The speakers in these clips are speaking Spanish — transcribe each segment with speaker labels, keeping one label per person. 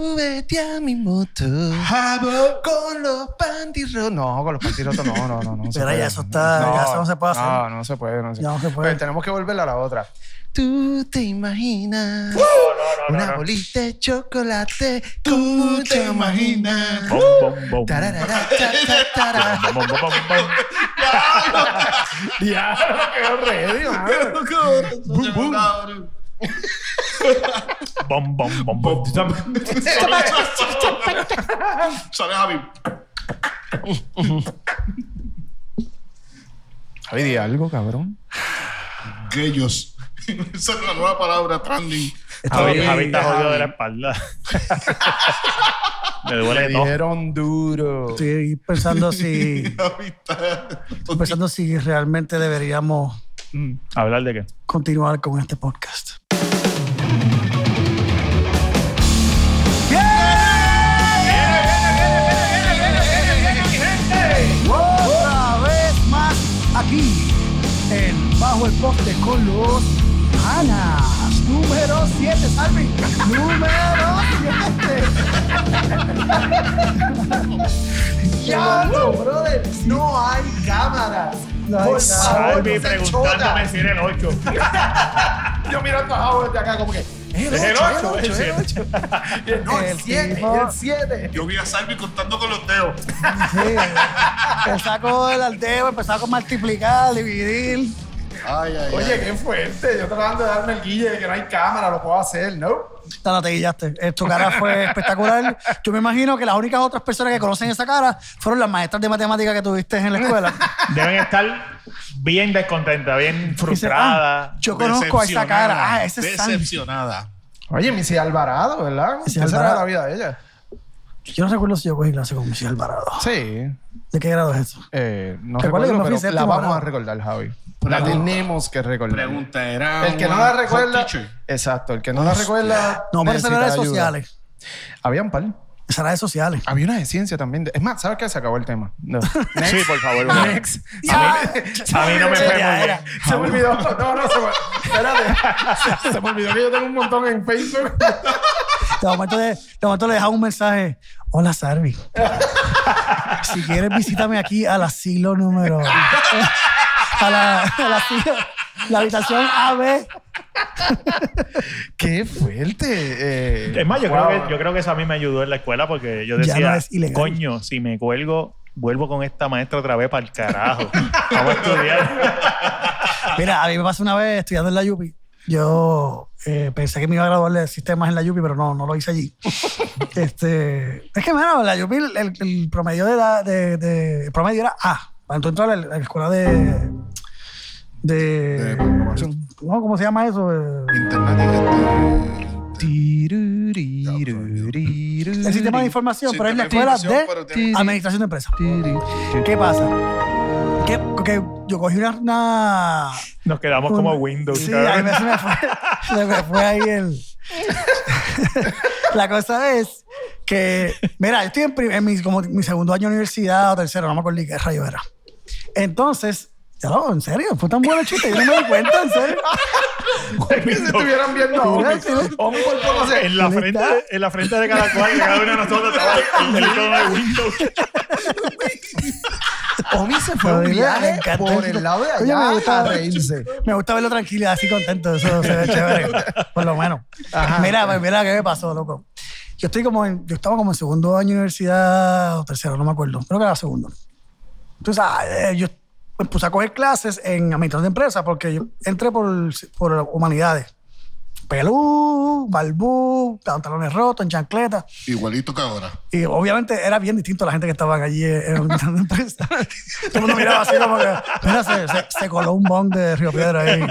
Speaker 1: Súbete a mi moto. Con los pantirrotos. No, con los pantirrotos no, no, no. no se
Speaker 2: Mira,
Speaker 1: puede.
Speaker 2: ya eso está- ya eso no se puede hacer.
Speaker 1: No, no se puede. No se,
Speaker 2: Ya no se puede.
Speaker 1: Pero tenemos que volver a la otra. Tú te imaginas una bolita de chocolate. Tú te imaginas.
Speaker 3: Bom, bom, bom.
Speaker 1: Tararara, ta, ta, tara.
Speaker 3: Bom, bom, bom, bom, bom.
Speaker 1: Bum, bum.
Speaker 3: Bom, bom, bom, bom.
Speaker 4: Tú también-
Speaker 5: Sale Javi.
Speaker 1: Javi, di algo, cabrón.
Speaker 5: Gellos. Esa es la nueva palabra trending.
Speaker 3: Javi, Javi está
Speaker 1: Javi.
Speaker 3: jodido de la espalda. Me duele
Speaker 1: Le
Speaker 3: todo.
Speaker 1: dijeron duro.
Speaker 2: Estoy pensando si, estoy
Speaker 5: Javi está-
Speaker 2: pensando si realmente deberíamos
Speaker 3: ¿Hablar de qué?
Speaker 2: continuar con este podcast. Otra vez más aquí en Bajo el Poste con los Anas. Número 7, Salvi. Número 7.
Speaker 1: ¡Diablo, brother! No hay cámaras.
Speaker 2: No hay
Speaker 1: Por favor,
Speaker 2: cámaras.
Speaker 3: Salvi
Speaker 1: no se
Speaker 3: preguntándome
Speaker 1: chota.
Speaker 3: si era el 8.
Speaker 1: Yo mirando a Javo desde acá como que... Es
Speaker 3: Es el
Speaker 1: ocho,
Speaker 3: 8, es el
Speaker 1: es el
Speaker 3: 7.
Speaker 1: Y el- No,
Speaker 2: El
Speaker 1: el 7,
Speaker 2: tipo-
Speaker 1: el 7.
Speaker 5: Yo vi a Salvi contando con los dedos.
Speaker 2: Sí. Empezaba con el aldeo, empezaba con multiplicar, dividir.
Speaker 5: Ay, ay,
Speaker 1: Oye, qué fuerte. Yo tratando de darme el guille de que no hay cámara, lo puedo hacer, ¿no?
Speaker 2: No, no, te guillaste. Eh, Tu cara fue espectacular. Yo me imagino que las únicas otras personas que conocen esa cara fueron las maestras de matemáticas que tuviste en la escuela. ah,
Speaker 3: Deben estar bien descontenta, bien frustrada.
Speaker 2: Dice, "Ah, yo conozco a esa cara. Ah, ese es Sandy.
Speaker 5: Decepcionada.
Speaker 1: Oye, Missy Alvarado, ¿verdad?
Speaker 2: Missy
Speaker 1: Esa era
Speaker 2: Alvarado.
Speaker 1: la vida de ella.
Speaker 2: Yo no recuerdo si yo cogí clase con Michelle Alvarado.
Speaker 1: Sí.
Speaker 2: ¿De qué grado es eso?
Speaker 1: Eh, no
Speaker 2: ¿Te acuerdas
Speaker 1: recuerdo,
Speaker 2: que me fui
Speaker 1: pero la
Speaker 2: séptimo,
Speaker 1: vamos
Speaker 2: verdad?
Speaker 1: a recordar, Javi. La
Speaker 5: Pregunta.
Speaker 1: tenemos que recordar.
Speaker 5: Pregunta era.
Speaker 1: El que no
Speaker 5: una
Speaker 1: la
Speaker 5: hot
Speaker 1: recuerda.
Speaker 5: teacher.
Speaker 1: Exacto, el que no la recuerda.
Speaker 2: No, pero esa era de
Speaker 1: necesita ayuda.
Speaker 2: sociales.
Speaker 1: Había un par.
Speaker 2: Esa era de sociales.
Speaker 1: Había una de ciencia también. de- Es más, ¿sabes qué? Se acabó el tema. No.
Speaker 3: Sí, por favor. bro.
Speaker 1: Next.
Speaker 2: Ya.
Speaker 3: A mí no me fue
Speaker 2: Ya
Speaker 3: muy
Speaker 2: era.
Speaker 3: bien.
Speaker 1: Se me olvidó. No, no, se me, espérate. Se, se me olvidó que yo tengo un montón en Facebook.
Speaker 2: De momento, de, de momento le dejaba un mensaje. Hola, Sarvi. Si quieres, visítame aquí al asilo número. A la, al asilo- la habitación AB.
Speaker 1: Qué fuerte. eh,
Speaker 3: Es más, yo,
Speaker 1: wow.
Speaker 3: creo que, yo creo que eso a mí me ayudó en la escuela porque yo
Speaker 2: Ya no
Speaker 3: decía,
Speaker 2: es ilegal.
Speaker 3: coño, si me cuelgo, vuelvo con esta maestra otra vez para el carajo. Vamos a estudiar.
Speaker 2: Mira, a mí me pasó una vez estudiando en la Yupi. Yo eh, pensé que me iba a graduar de sistemas en la Yupi, pero no, no lo hice allí. este, es que, mano, en la Yupi el, el- el promedio de, edad de, de- el promedio era A. Cuando tú entras a la, a la escuela de... de ¿cómo, cómo se llama eso? Eh,
Speaker 5: Internet.
Speaker 2: El sistema de información, pero es la escuela de administración de empresas. ¿Qué pasa? Que, que yo cogí una- una
Speaker 3: Nos quedamos como
Speaker 2: Un-
Speaker 3: Windows.
Speaker 2: Sí,
Speaker 3: cabrón.
Speaker 2: ahí me, se me fue, se me fue ahí el. la cosa es que, mira, yo estoy en, prim- en mi, como mi segundo año de universidad o tercero, no me acuerdo ni qué rayo era. Entonces, ya lo, en serio, fue tan bueno el chiste, yo no me di cuenta, en serio.
Speaker 1: Que se estuvieran viendo a Omi. Omi por poco se-
Speaker 3: en, la frente, en la frente de cada cual, de cada uno de nosotros, estaba el icono de Windows.
Speaker 1: Omi se fue a un
Speaker 2: Oye, me
Speaker 1: viaje
Speaker 2: encanta
Speaker 1: por
Speaker 2: el-
Speaker 1: el lado de
Speaker 2: Oye,
Speaker 1: allá
Speaker 2: me gusta-
Speaker 1: a reírse.
Speaker 2: Me gusta verlo tranquilo, así contento. Eso se ve chévere. Por lo menos. Mira, pues mira qué me pasó, loco. Yo estoy como en- yo estaba como en segundo año de universidad o tercero, no me acuerdo. Creo que era segundo. Entonces, ah, eh, yo me puse a coger clases en administración de empresas porque yo entré por, por humanidades. Pelú, balbú, pantalones rotos, en chancleta.
Speaker 5: Igualito que ahora.
Speaker 2: Y obviamente era bien distinto a la gente que estaban allí eh, en en la empresa. Todo el mundo miraba así como que, mira, se, se- se coló un bong de Río Piedra ahí.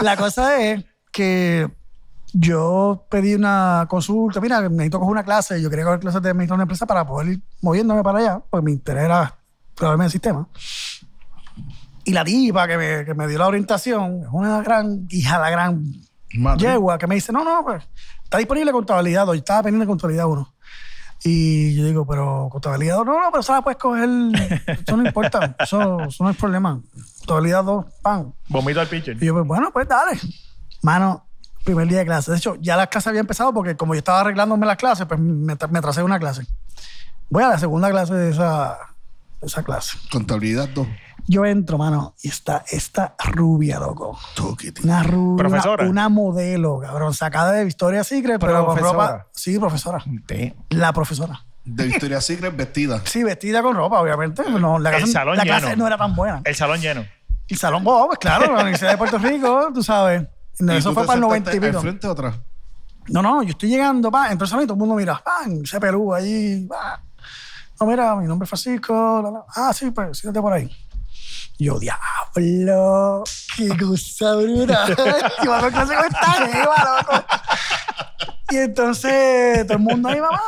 Speaker 2: La cosa es que yo pedí una consulta, mira, necesito coger una clase, yo quería coger clases de administración de empresa para poder ir moviéndome para allá, porque mi interés era probarme el sistema. Y la tipa que me, que me dio la orientación, es una gran hija, la gran yegua, que me dice, no, no, pues, está disponible contabilidad, hoy estaba pendiente de contabilidad uno. Y yo digo, pero contabilidad 2, no, no, pero esa la puedes coger, eso no importa, eso, eso no es problema. Contabilidad 2, pan.
Speaker 3: Vomito al pitcher.
Speaker 2: Y yo, pues bueno, pues dale. Mano, primer día de clase. De hecho, ya las clases habían empezado porque como yo estaba arreglándome las clases, pues me, tra- me atrasé una clase. Voy a la segunda clase de esa, de esa clase.
Speaker 5: Contabilidad 2.
Speaker 2: Yo entro, mano, y está esta rubia, loco. Una rubia, una-
Speaker 3: ¿Profesora?
Speaker 2: una, modelo, cabrón, sacada de Victoria Secret, pero con
Speaker 1: Profesora.
Speaker 2: ropa. Sí, profesora.
Speaker 3: Damn.
Speaker 2: La profesora.
Speaker 5: De Victoria Secret vestida.
Speaker 2: Sí, vestida con ropa, obviamente. No, la
Speaker 3: El
Speaker 2: clase,
Speaker 3: salón
Speaker 2: la
Speaker 3: lleno.
Speaker 2: clase no era tan buena.
Speaker 5: Eh,
Speaker 3: El salón lleno.
Speaker 2: El salón, oh, pues claro, la Universidad de Puerto Rico, tú sabes. No,
Speaker 5: ¿Y
Speaker 2: eso
Speaker 5: tú
Speaker 2: fue
Speaker 5: te
Speaker 2: para el
Speaker 5: sentaste
Speaker 2: 90 y pico.
Speaker 5: ¿Al frente o atrás?
Speaker 2: No, no, yo estoy llegando, pa, entro al salón y todo el mundo mira, pan, ese Perú ahí, pa. No, mira, mi nombre es Francisco, la, la. ah, sí, pues, siéntate por ahí. Y Yo, diablo, qué cosa brutal. y va a hacer clase con esta jeva, loco. Y entonces todo el mundo ahí, mamá,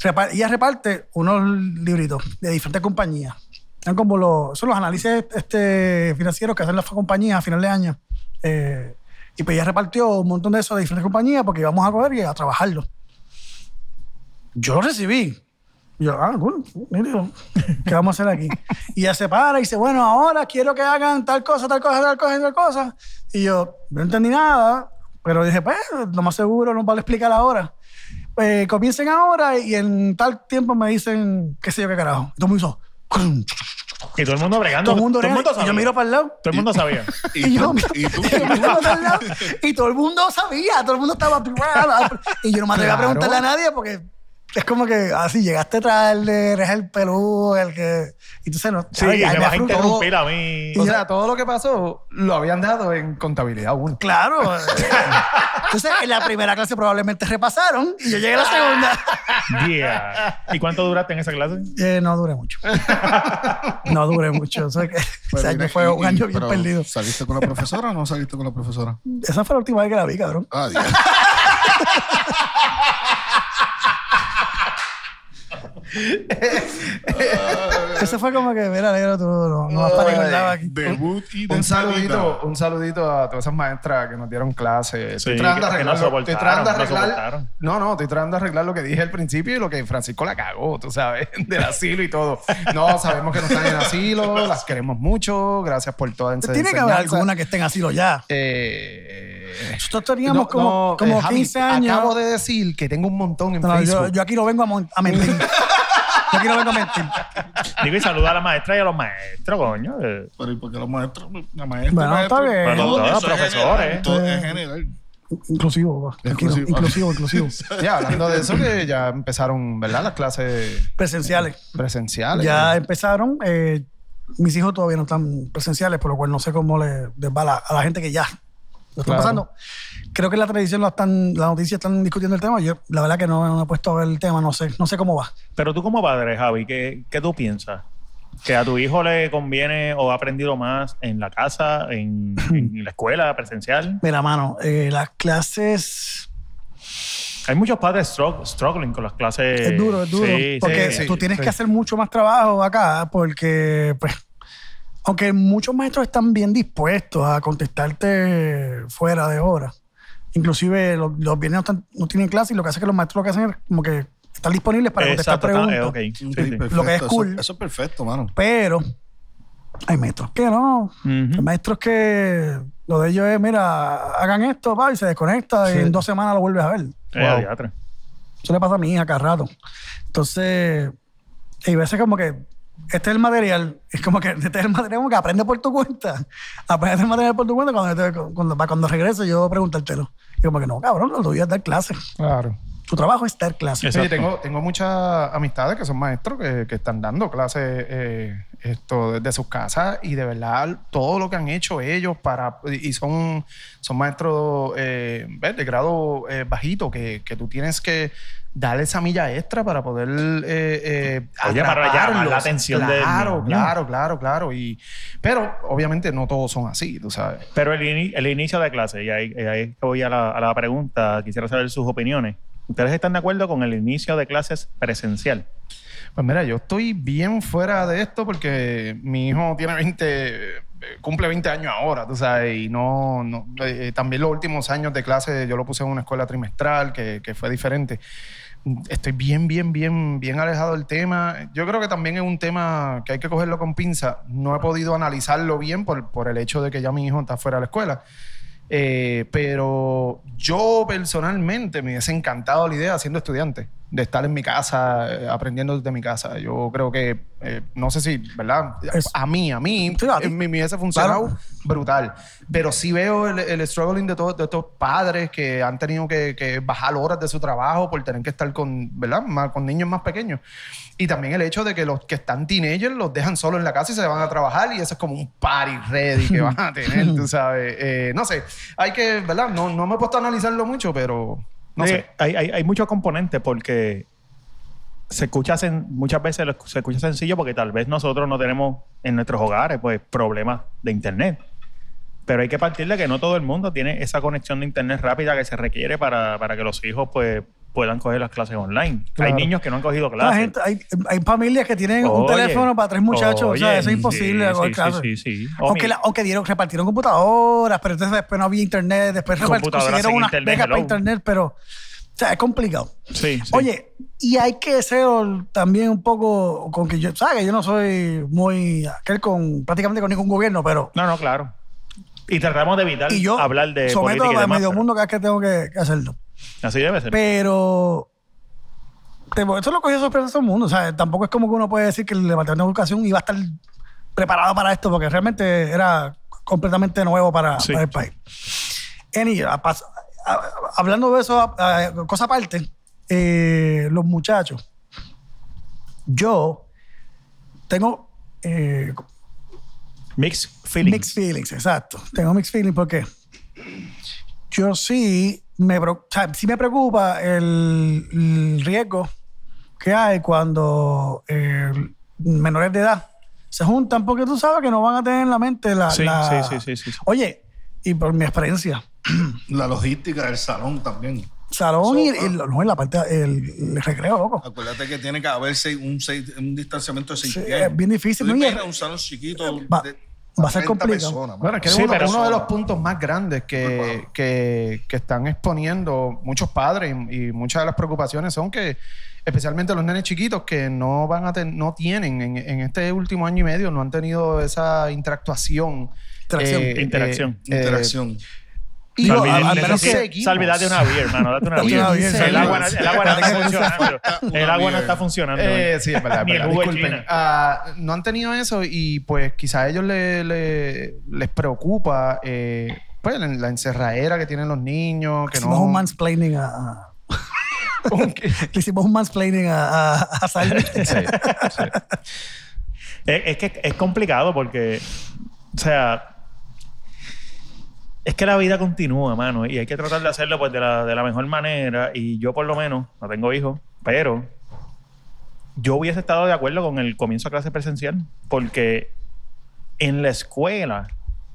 Speaker 2: repar ella reparte unos libritos de diferentes compañías. Están como los, son los análisis este, financieros que hacen las compañías a final de año. Eh, y pues ella repartió un montón de eso de diferentes compañías porque íbamos a coger y a trabajarlo. Yo lo recibí. Y Yo, ah, cool, mire, ¿qué vamos a hacer aquí? Y ella se para y dice, bueno, ahora quiero que hagan tal cosa, tal cosa, tal cosa, tal cosa. Y yo, no entendí nada, pero dije, pues, lo más seguro nos vale explicar ahora. Eh, comiencen ahora y en tal tiempo me dicen, qué sé yo, qué carajo. Y todo el mundo hizo,
Speaker 3: Y todo el mundo bregando.
Speaker 2: todo el mundo,
Speaker 3: mundo
Speaker 2: y
Speaker 3: sabía.
Speaker 2: yo miro para el lado
Speaker 3: Todo el mundo sabía.
Speaker 2: y, yo,
Speaker 5: y tú,
Speaker 2: y yo miraba para el lado, y todo el mundo sabía, todo el mundo estaba. Y yo no me atreví a
Speaker 1: Claro.
Speaker 2: preguntarle a nadie porque es como que así llegaste tarde, eres el Perú, el que. Y tú se no.
Speaker 3: Sí,
Speaker 2: ay,
Speaker 3: me
Speaker 2: ay,
Speaker 3: vas
Speaker 2: me
Speaker 3: a
Speaker 2: afruto.
Speaker 3: interrumpir a mí.
Speaker 2: Y
Speaker 1: O
Speaker 2: ya-
Speaker 1: sea, todo lo que pasó lo habían dado en contabilidad 1.
Speaker 2: Claro. Entonces, en la primera clase probablemente repasaron y yo llegué a la segunda.
Speaker 3: Yeah. ¿Y cuánto duraste en esa clase?
Speaker 2: Eh, no duré mucho. No duré mucho. O sea, que,
Speaker 5: Pero
Speaker 2: ese año
Speaker 5: mira,
Speaker 2: fue un
Speaker 5: y-
Speaker 2: año bien
Speaker 5: pero,
Speaker 2: perdido.
Speaker 5: ¿Saliste con la profesora o no saliste con la profesora?
Speaker 2: Esa fue la última vez que la vi, cabrón.
Speaker 5: Ah, Dios.
Speaker 2: Eso fue como que, mira, negro, tú no, no vas para ningún lado aquí.
Speaker 5: Debut y
Speaker 1: Un
Speaker 5: despedida.
Speaker 1: saludito, un saludito a todas esas maestras que nos dieron clases.
Speaker 3: Sí,
Speaker 1: estoy tratando de
Speaker 3: que- que nos
Speaker 1: arreglar, lo- estoy tratando de
Speaker 3: soportaron, nos
Speaker 1: arreglar-
Speaker 3: soportaron.
Speaker 1: no, no, estoy tratando de arreglar lo que dije al principio y lo que Francisco la cagó, tú sabes, del asilo y todo. No, sabemos que no están en asilo, las queremos mucho, gracias por toda ense-
Speaker 2: Tiene que haber
Speaker 1: enseñanza.
Speaker 2: alguna que esté en asilo ya.
Speaker 1: Eh,
Speaker 2: Nosotros teníamos
Speaker 1: no,
Speaker 2: como,
Speaker 1: no,
Speaker 2: como
Speaker 1: eh, Javi,
Speaker 2: 15 años.
Speaker 1: Acabo de decir que tengo un montón en
Speaker 2: No, no,
Speaker 1: Facebook.
Speaker 2: yo, yo aquí no vengo a, mon- a mentir. yo aquí no vengo a mentir.
Speaker 3: Digo, y saluda a la maestra y a los maestros, coño. Eh,
Speaker 5: Pero ¿y por qué los maestros? La maestra.
Speaker 2: Bueno,
Speaker 5: maestro,
Speaker 2: está bien.
Speaker 5: todo eso
Speaker 3: Bueno, no, eh.
Speaker 5: es
Speaker 3: profesores.
Speaker 5: general, Todo es general.
Speaker 2: Inclusivo, va, tranquilo,
Speaker 5: Exclusivo.
Speaker 2: inclusivo, inclusivo.
Speaker 1: Ya, hablando de eso, que ya empezaron, ¿verdad? Las clases
Speaker 2: Presenciales.
Speaker 1: presenciales.
Speaker 2: Ya empezaron. eh, mis hijos todavía no están presenciales, por lo cual no sé cómo le les va a la, a la gente que ya lo está
Speaker 1: Claro.
Speaker 2: pasando. Creo que en la televisión lo están, la noticia están discutiendo el tema. Yo, la verdad que no, no he puesto a ver el tema, no sé, no sé cómo va.
Speaker 3: Pero tú como padre, Javi, ¿qué, qué tú piensas? ¿Que a tu hijo le conviene o ha aprendido más en la casa, en, en la escuela presencial?
Speaker 2: Mira, mano, eh, las clases
Speaker 3: Hay muchos padres strugg- struggling con las clases.
Speaker 2: Es duro, es duro.
Speaker 3: Eh, Sí,
Speaker 2: porque
Speaker 3: sí,
Speaker 2: tú
Speaker 3: sí.
Speaker 2: tienes
Speaker 1: sí.
Speaker 2: que hacer mucho más trabajo acá, porque, pues, aunque muchos maestros están bien dispuestos a contestarte fuera de hora, inclusive los, los viernes no, están- no tienen clase y lo que hace es que los maestros lo que hacen es como que están disponibles para contestar
Speaker 3: Exacto, está-
Speaker 2: preguntas.
Speaker 3: eh, ok. Sí, sí.
Speaker 5: perfecto.
Speaker 2: Lo que es
Speaker 5: Eso-
Speaker 2: cool.
Speaker 5: Eso, es perfecto, mano.
Speaker 2: Pero hay maestros que no. Hay
Speaker 3: Ujú.
Speaker 2: maestros que lo de ellos es, mira, hagan esto, pa, y se desconecta y en dos semanas lo vuelves a ver.
Speaker 3: Eh,
Speaker 1: Wow.
Speaker 3: diatre.
Speaker 2: Eso le pasa a mi hija cada rato. Entonces, hay veces como que este es el material, es como que este es el material como que aprende por tu cuenta. Aprende el material por tu cuenta cuando, yo te- cuando, para cuando regrese yo preguntártelo. Y como que no, cabrón, lo voy a dar clases.
Speaker 1: Claro.
Speaker 2: Tu trabajo es dar clases.
Speaker 1: Sí,
Speaker 3: Exacto.
Speaker 1: tengo, tengo muchas amistades que son maestros que, que están dando clases eh, esto desde sus casas y de verdad todo lo que han hecho ellos para y son, son maestros eh, ¿ves? de grado eh, bajito que, que tú tienes que darle esa milla extra para poder eh, eh,
Speaker 3: Oye, para llamar la
Speaker 1: atraparlos.
Speaker 3: atención del
Speaker 1: claro,
Speaker 3: niño.
Speaker 1: claro, claro, claro. Y, pero obviamente no todos son así, tú sabes.
Speaker 3: Pero el, ini- el inicio de clase, y ahí, y ahí voy a la, a la pregunta, quisiera saber sus opiniones. ¿Ustedes están de acuerdo con el inicio de clases presencial?
Speaker 1: Pues mira, yo estoy bien fuera de esto porque mi hijo tiene 20, eh, cumple 20 años ahora, tú sabes, y no, no- eh, también los últimos años de clase yo lo puse en una escuela trimestral que, que fue diferente. Estoy bien, bien, bien, bien alejado del tema. Yo creo que también es un tema que hay que cogerlo con pinza. No he podido analizarlo bien por, por el hecho de que ya mi hijo está fuera de la escuela. Eh, pero yo personalmente me hubiese encantado la idea siendo estudiante, de estar en mi casa, eh, aprendiendo desde mi casa. Yo creo que, eh, no sé si, ¿verdad?
Speaker 2: Es-
Speaker 1: a mí, a mí,
Speaker 2: Sí, a ti.
Speaker 1: eh, me, me hubiese funcionado
Speaker 2: Claro.
Speaker 1: brutal. Pero sí veo el, el struggling de, todos de estos padres que han tenido que, que bajar horas de su trabajo por tener que estar con, ¿verdad? Más- con niños más pequeños. Y también el hecho de que los que están teenagers los dejan solos en la casa y se van a trabajar y eso es como un party ready que van a tener, tú sabes. Eh, no sé, hay que, ¿verdad? No, no me he puesto a analizarlo mucho, pero no
Speaker 3: Sí,
Speaker 1: sé.
Speaker 3: Hay, hay, hay muchos componentes porque se escucha sen- muchas veces lo- se escucha sencillo porque tal vez nosotros no tenemos en nuestros hogares pues problemas de internet. Pero hay que partir de que no todo el mundo tiene esa conexión de internet rápida que se requiere para, para que los hijos pues puedan coger las clases online.
Speaker 2: Claro.
Speaker 3: Hay niños que no han cogido
Speaker 2: La
Speaker 3: clases.
Speaker 2: gente, hay, hay familias que tienen un
Speaker 3: Oye,
Speaker 2: teléfono para tres muchachos. o sea,
Speaker 3: oye,
Speaker 2: eso es imposible.
Speaker 3: sí,
Speaker 2: coger
Speaker 3: sí,
Speaker 2: clases.
Speaker 3: sí, sí, sí. O
Speaker 2: Aunque,
Speaker 3: mi-
Speaker 2: la- aunque dieron, repartieron computadoras, pero entonces después no había internet, después repart-
Speaker 3: Computadoras
Speaker 2: consiguieron
Speaker 3: sin
Speaker 2: unas
Speaker 3: internet,
Speaker 2: becas para
Speaker 3: hello.
Speaker 2: internet, pero o sea, es complicado.
Speaker 3: sí, sí.
Speaker 2: Oye, y hay que ser también un poco con que yo, sabes, que yo no soy muy aquel con prácticamente con ningún gobierno, pero
Speaker 3: No, no, claro. Y tratamos de evitar
Speaker 2: y yo
Speaker 3: hablar de
Speaker 2: someto
Speaker 3: política y
Speaker 2: a
Speaker 3: demás,
Speaker 2: medio
Speaker 3: pero
Speaker 2: mundo cada vez que tengo que que hacerlo.
Speaker 3: Así debe ser.
Speaker 2: Pero te- eso lo cogió sorpresa a todo el mundo. O sea, tampoco es como que uno puede decir que el Departamento de Educación iba a estar preparado para esto, porque realmente era completamente nuevo para,
Speaker 3: Sí,
Speaker 2: para el
Speaker 3: sí.
Speaker 2: país. Any, a- pas- a- a- hablando de eso, a- a- cosa aparte, eh, los muchachos. Yo tengo eh,
Speaker 3: Mixed feelings.
Speaker 2: Mixed feelings, exacto. Tengo mixed feelings porque yo sí me, pro- o sea, sí me preocupa el, el riesgo que hay cuando eh, menores de edad se juntan porque tú sabes que no van a tener en la mente la...
Speaker 3: Sí,
Speaker 2: la-
Speaker 3: sí, sí, sí, sí, sí.
Speaker 2: Oye, y por mi experiencia,
Speaker 5: La logística del salón también.
Speaker 2: salón y,
Speaker 5: So, ah.
Speaker 2: y lo- no, en la parte, el, el recreo, loco.
Speaker 5: Acuérdate que tiene que haber seis- un, seis- un distanciamiento de 6
Speaker 2: Sí,
Speaker 5: pies.
Speaker 2: es bien difícil,
Speaker 5: Tú
Speaker 2: ¿no? Y
Speaker 5: imaginas
Speaker 2: es-
Speaker 5: un salón chiquito.
Speaker 2: va-
Speaker 5: de
Speaker 2: va a ser
Speaker 5: 30
Speaker 2: complicado.
Speaker 5: personas,
Speaker 1: Bueno, es que es
Speaker 3: Sí,
Speaker 1: uno,
Speaker 3: pero
Speaker 1: uno de
Speaker 5: eso-
Speaker 1: los puntos más grandes que,
Speaker 5: Disculpa.
Speaker 1: que- que están exponiendo muchos padres y, y muchas de las preocupaciones son que, especialmente los nenes chiquitos que no van a ten- no tienen en, en este último año y medio, no han tenido esa interactuación.
Speaker 2: Interacción.
Speaker 3: Interacción.
Speaker 1: eh,
Speaker 5: interacción.
Speaker 1: y
Speaker 2: Salvi-
Speaker 1: a- a- a-
Speaker 2: Dale,
Speaker 1: menos
Speaker 2: dale,
Speaker 1: que
Speaker 2: dale,
Speaker 1: seguimos.
Speaker 3: Salvidad de una beer, hermano. Date una
Speaker 2: Date
Speaker 3: beer.
Speaker 2: una beer,
Speaker 3: El
Speaker 2: salve.
Speaker 3: agua, no- el agua no está
Speaker 2: Date una
Speaker 3: funcionando.
Speaker 5: beer.
Speaker 3: El agua no está
Speaker 5: Eh,
Speaker 3: funcionando.
Speaker 1: Eh, sí, es verdad. es
Speaker 3: Ni el
Speaker 1: verdad.
Speaker 3: jugo de
Speaker 1: Disculpen.
Speaker 3: China.
Speaker 1: Ah, no han tenido eso y pues quizá a ellos le- le- les preocupa eh, pues, la, la encerradera que tienen los niños. Que
Speaker 2: Hicimos
Speaker 1: no,
Speaker 2: un mansplaining a... a-
Speaker 1: ¿Un qué?
Speaker 2: le hicimos un mansplaining a, a, a Salvi.
Speaker 3: Es, es que es complicado porque, o sea, es que la vida continúa, mano, y hay que tratar de hacerlo pues, de, la, de la mejor manera. Y yo, por lo menos, no tengo hijos, pero yo hubiese estado de acuerdo con el comienzo a clase presencial porque en la escuela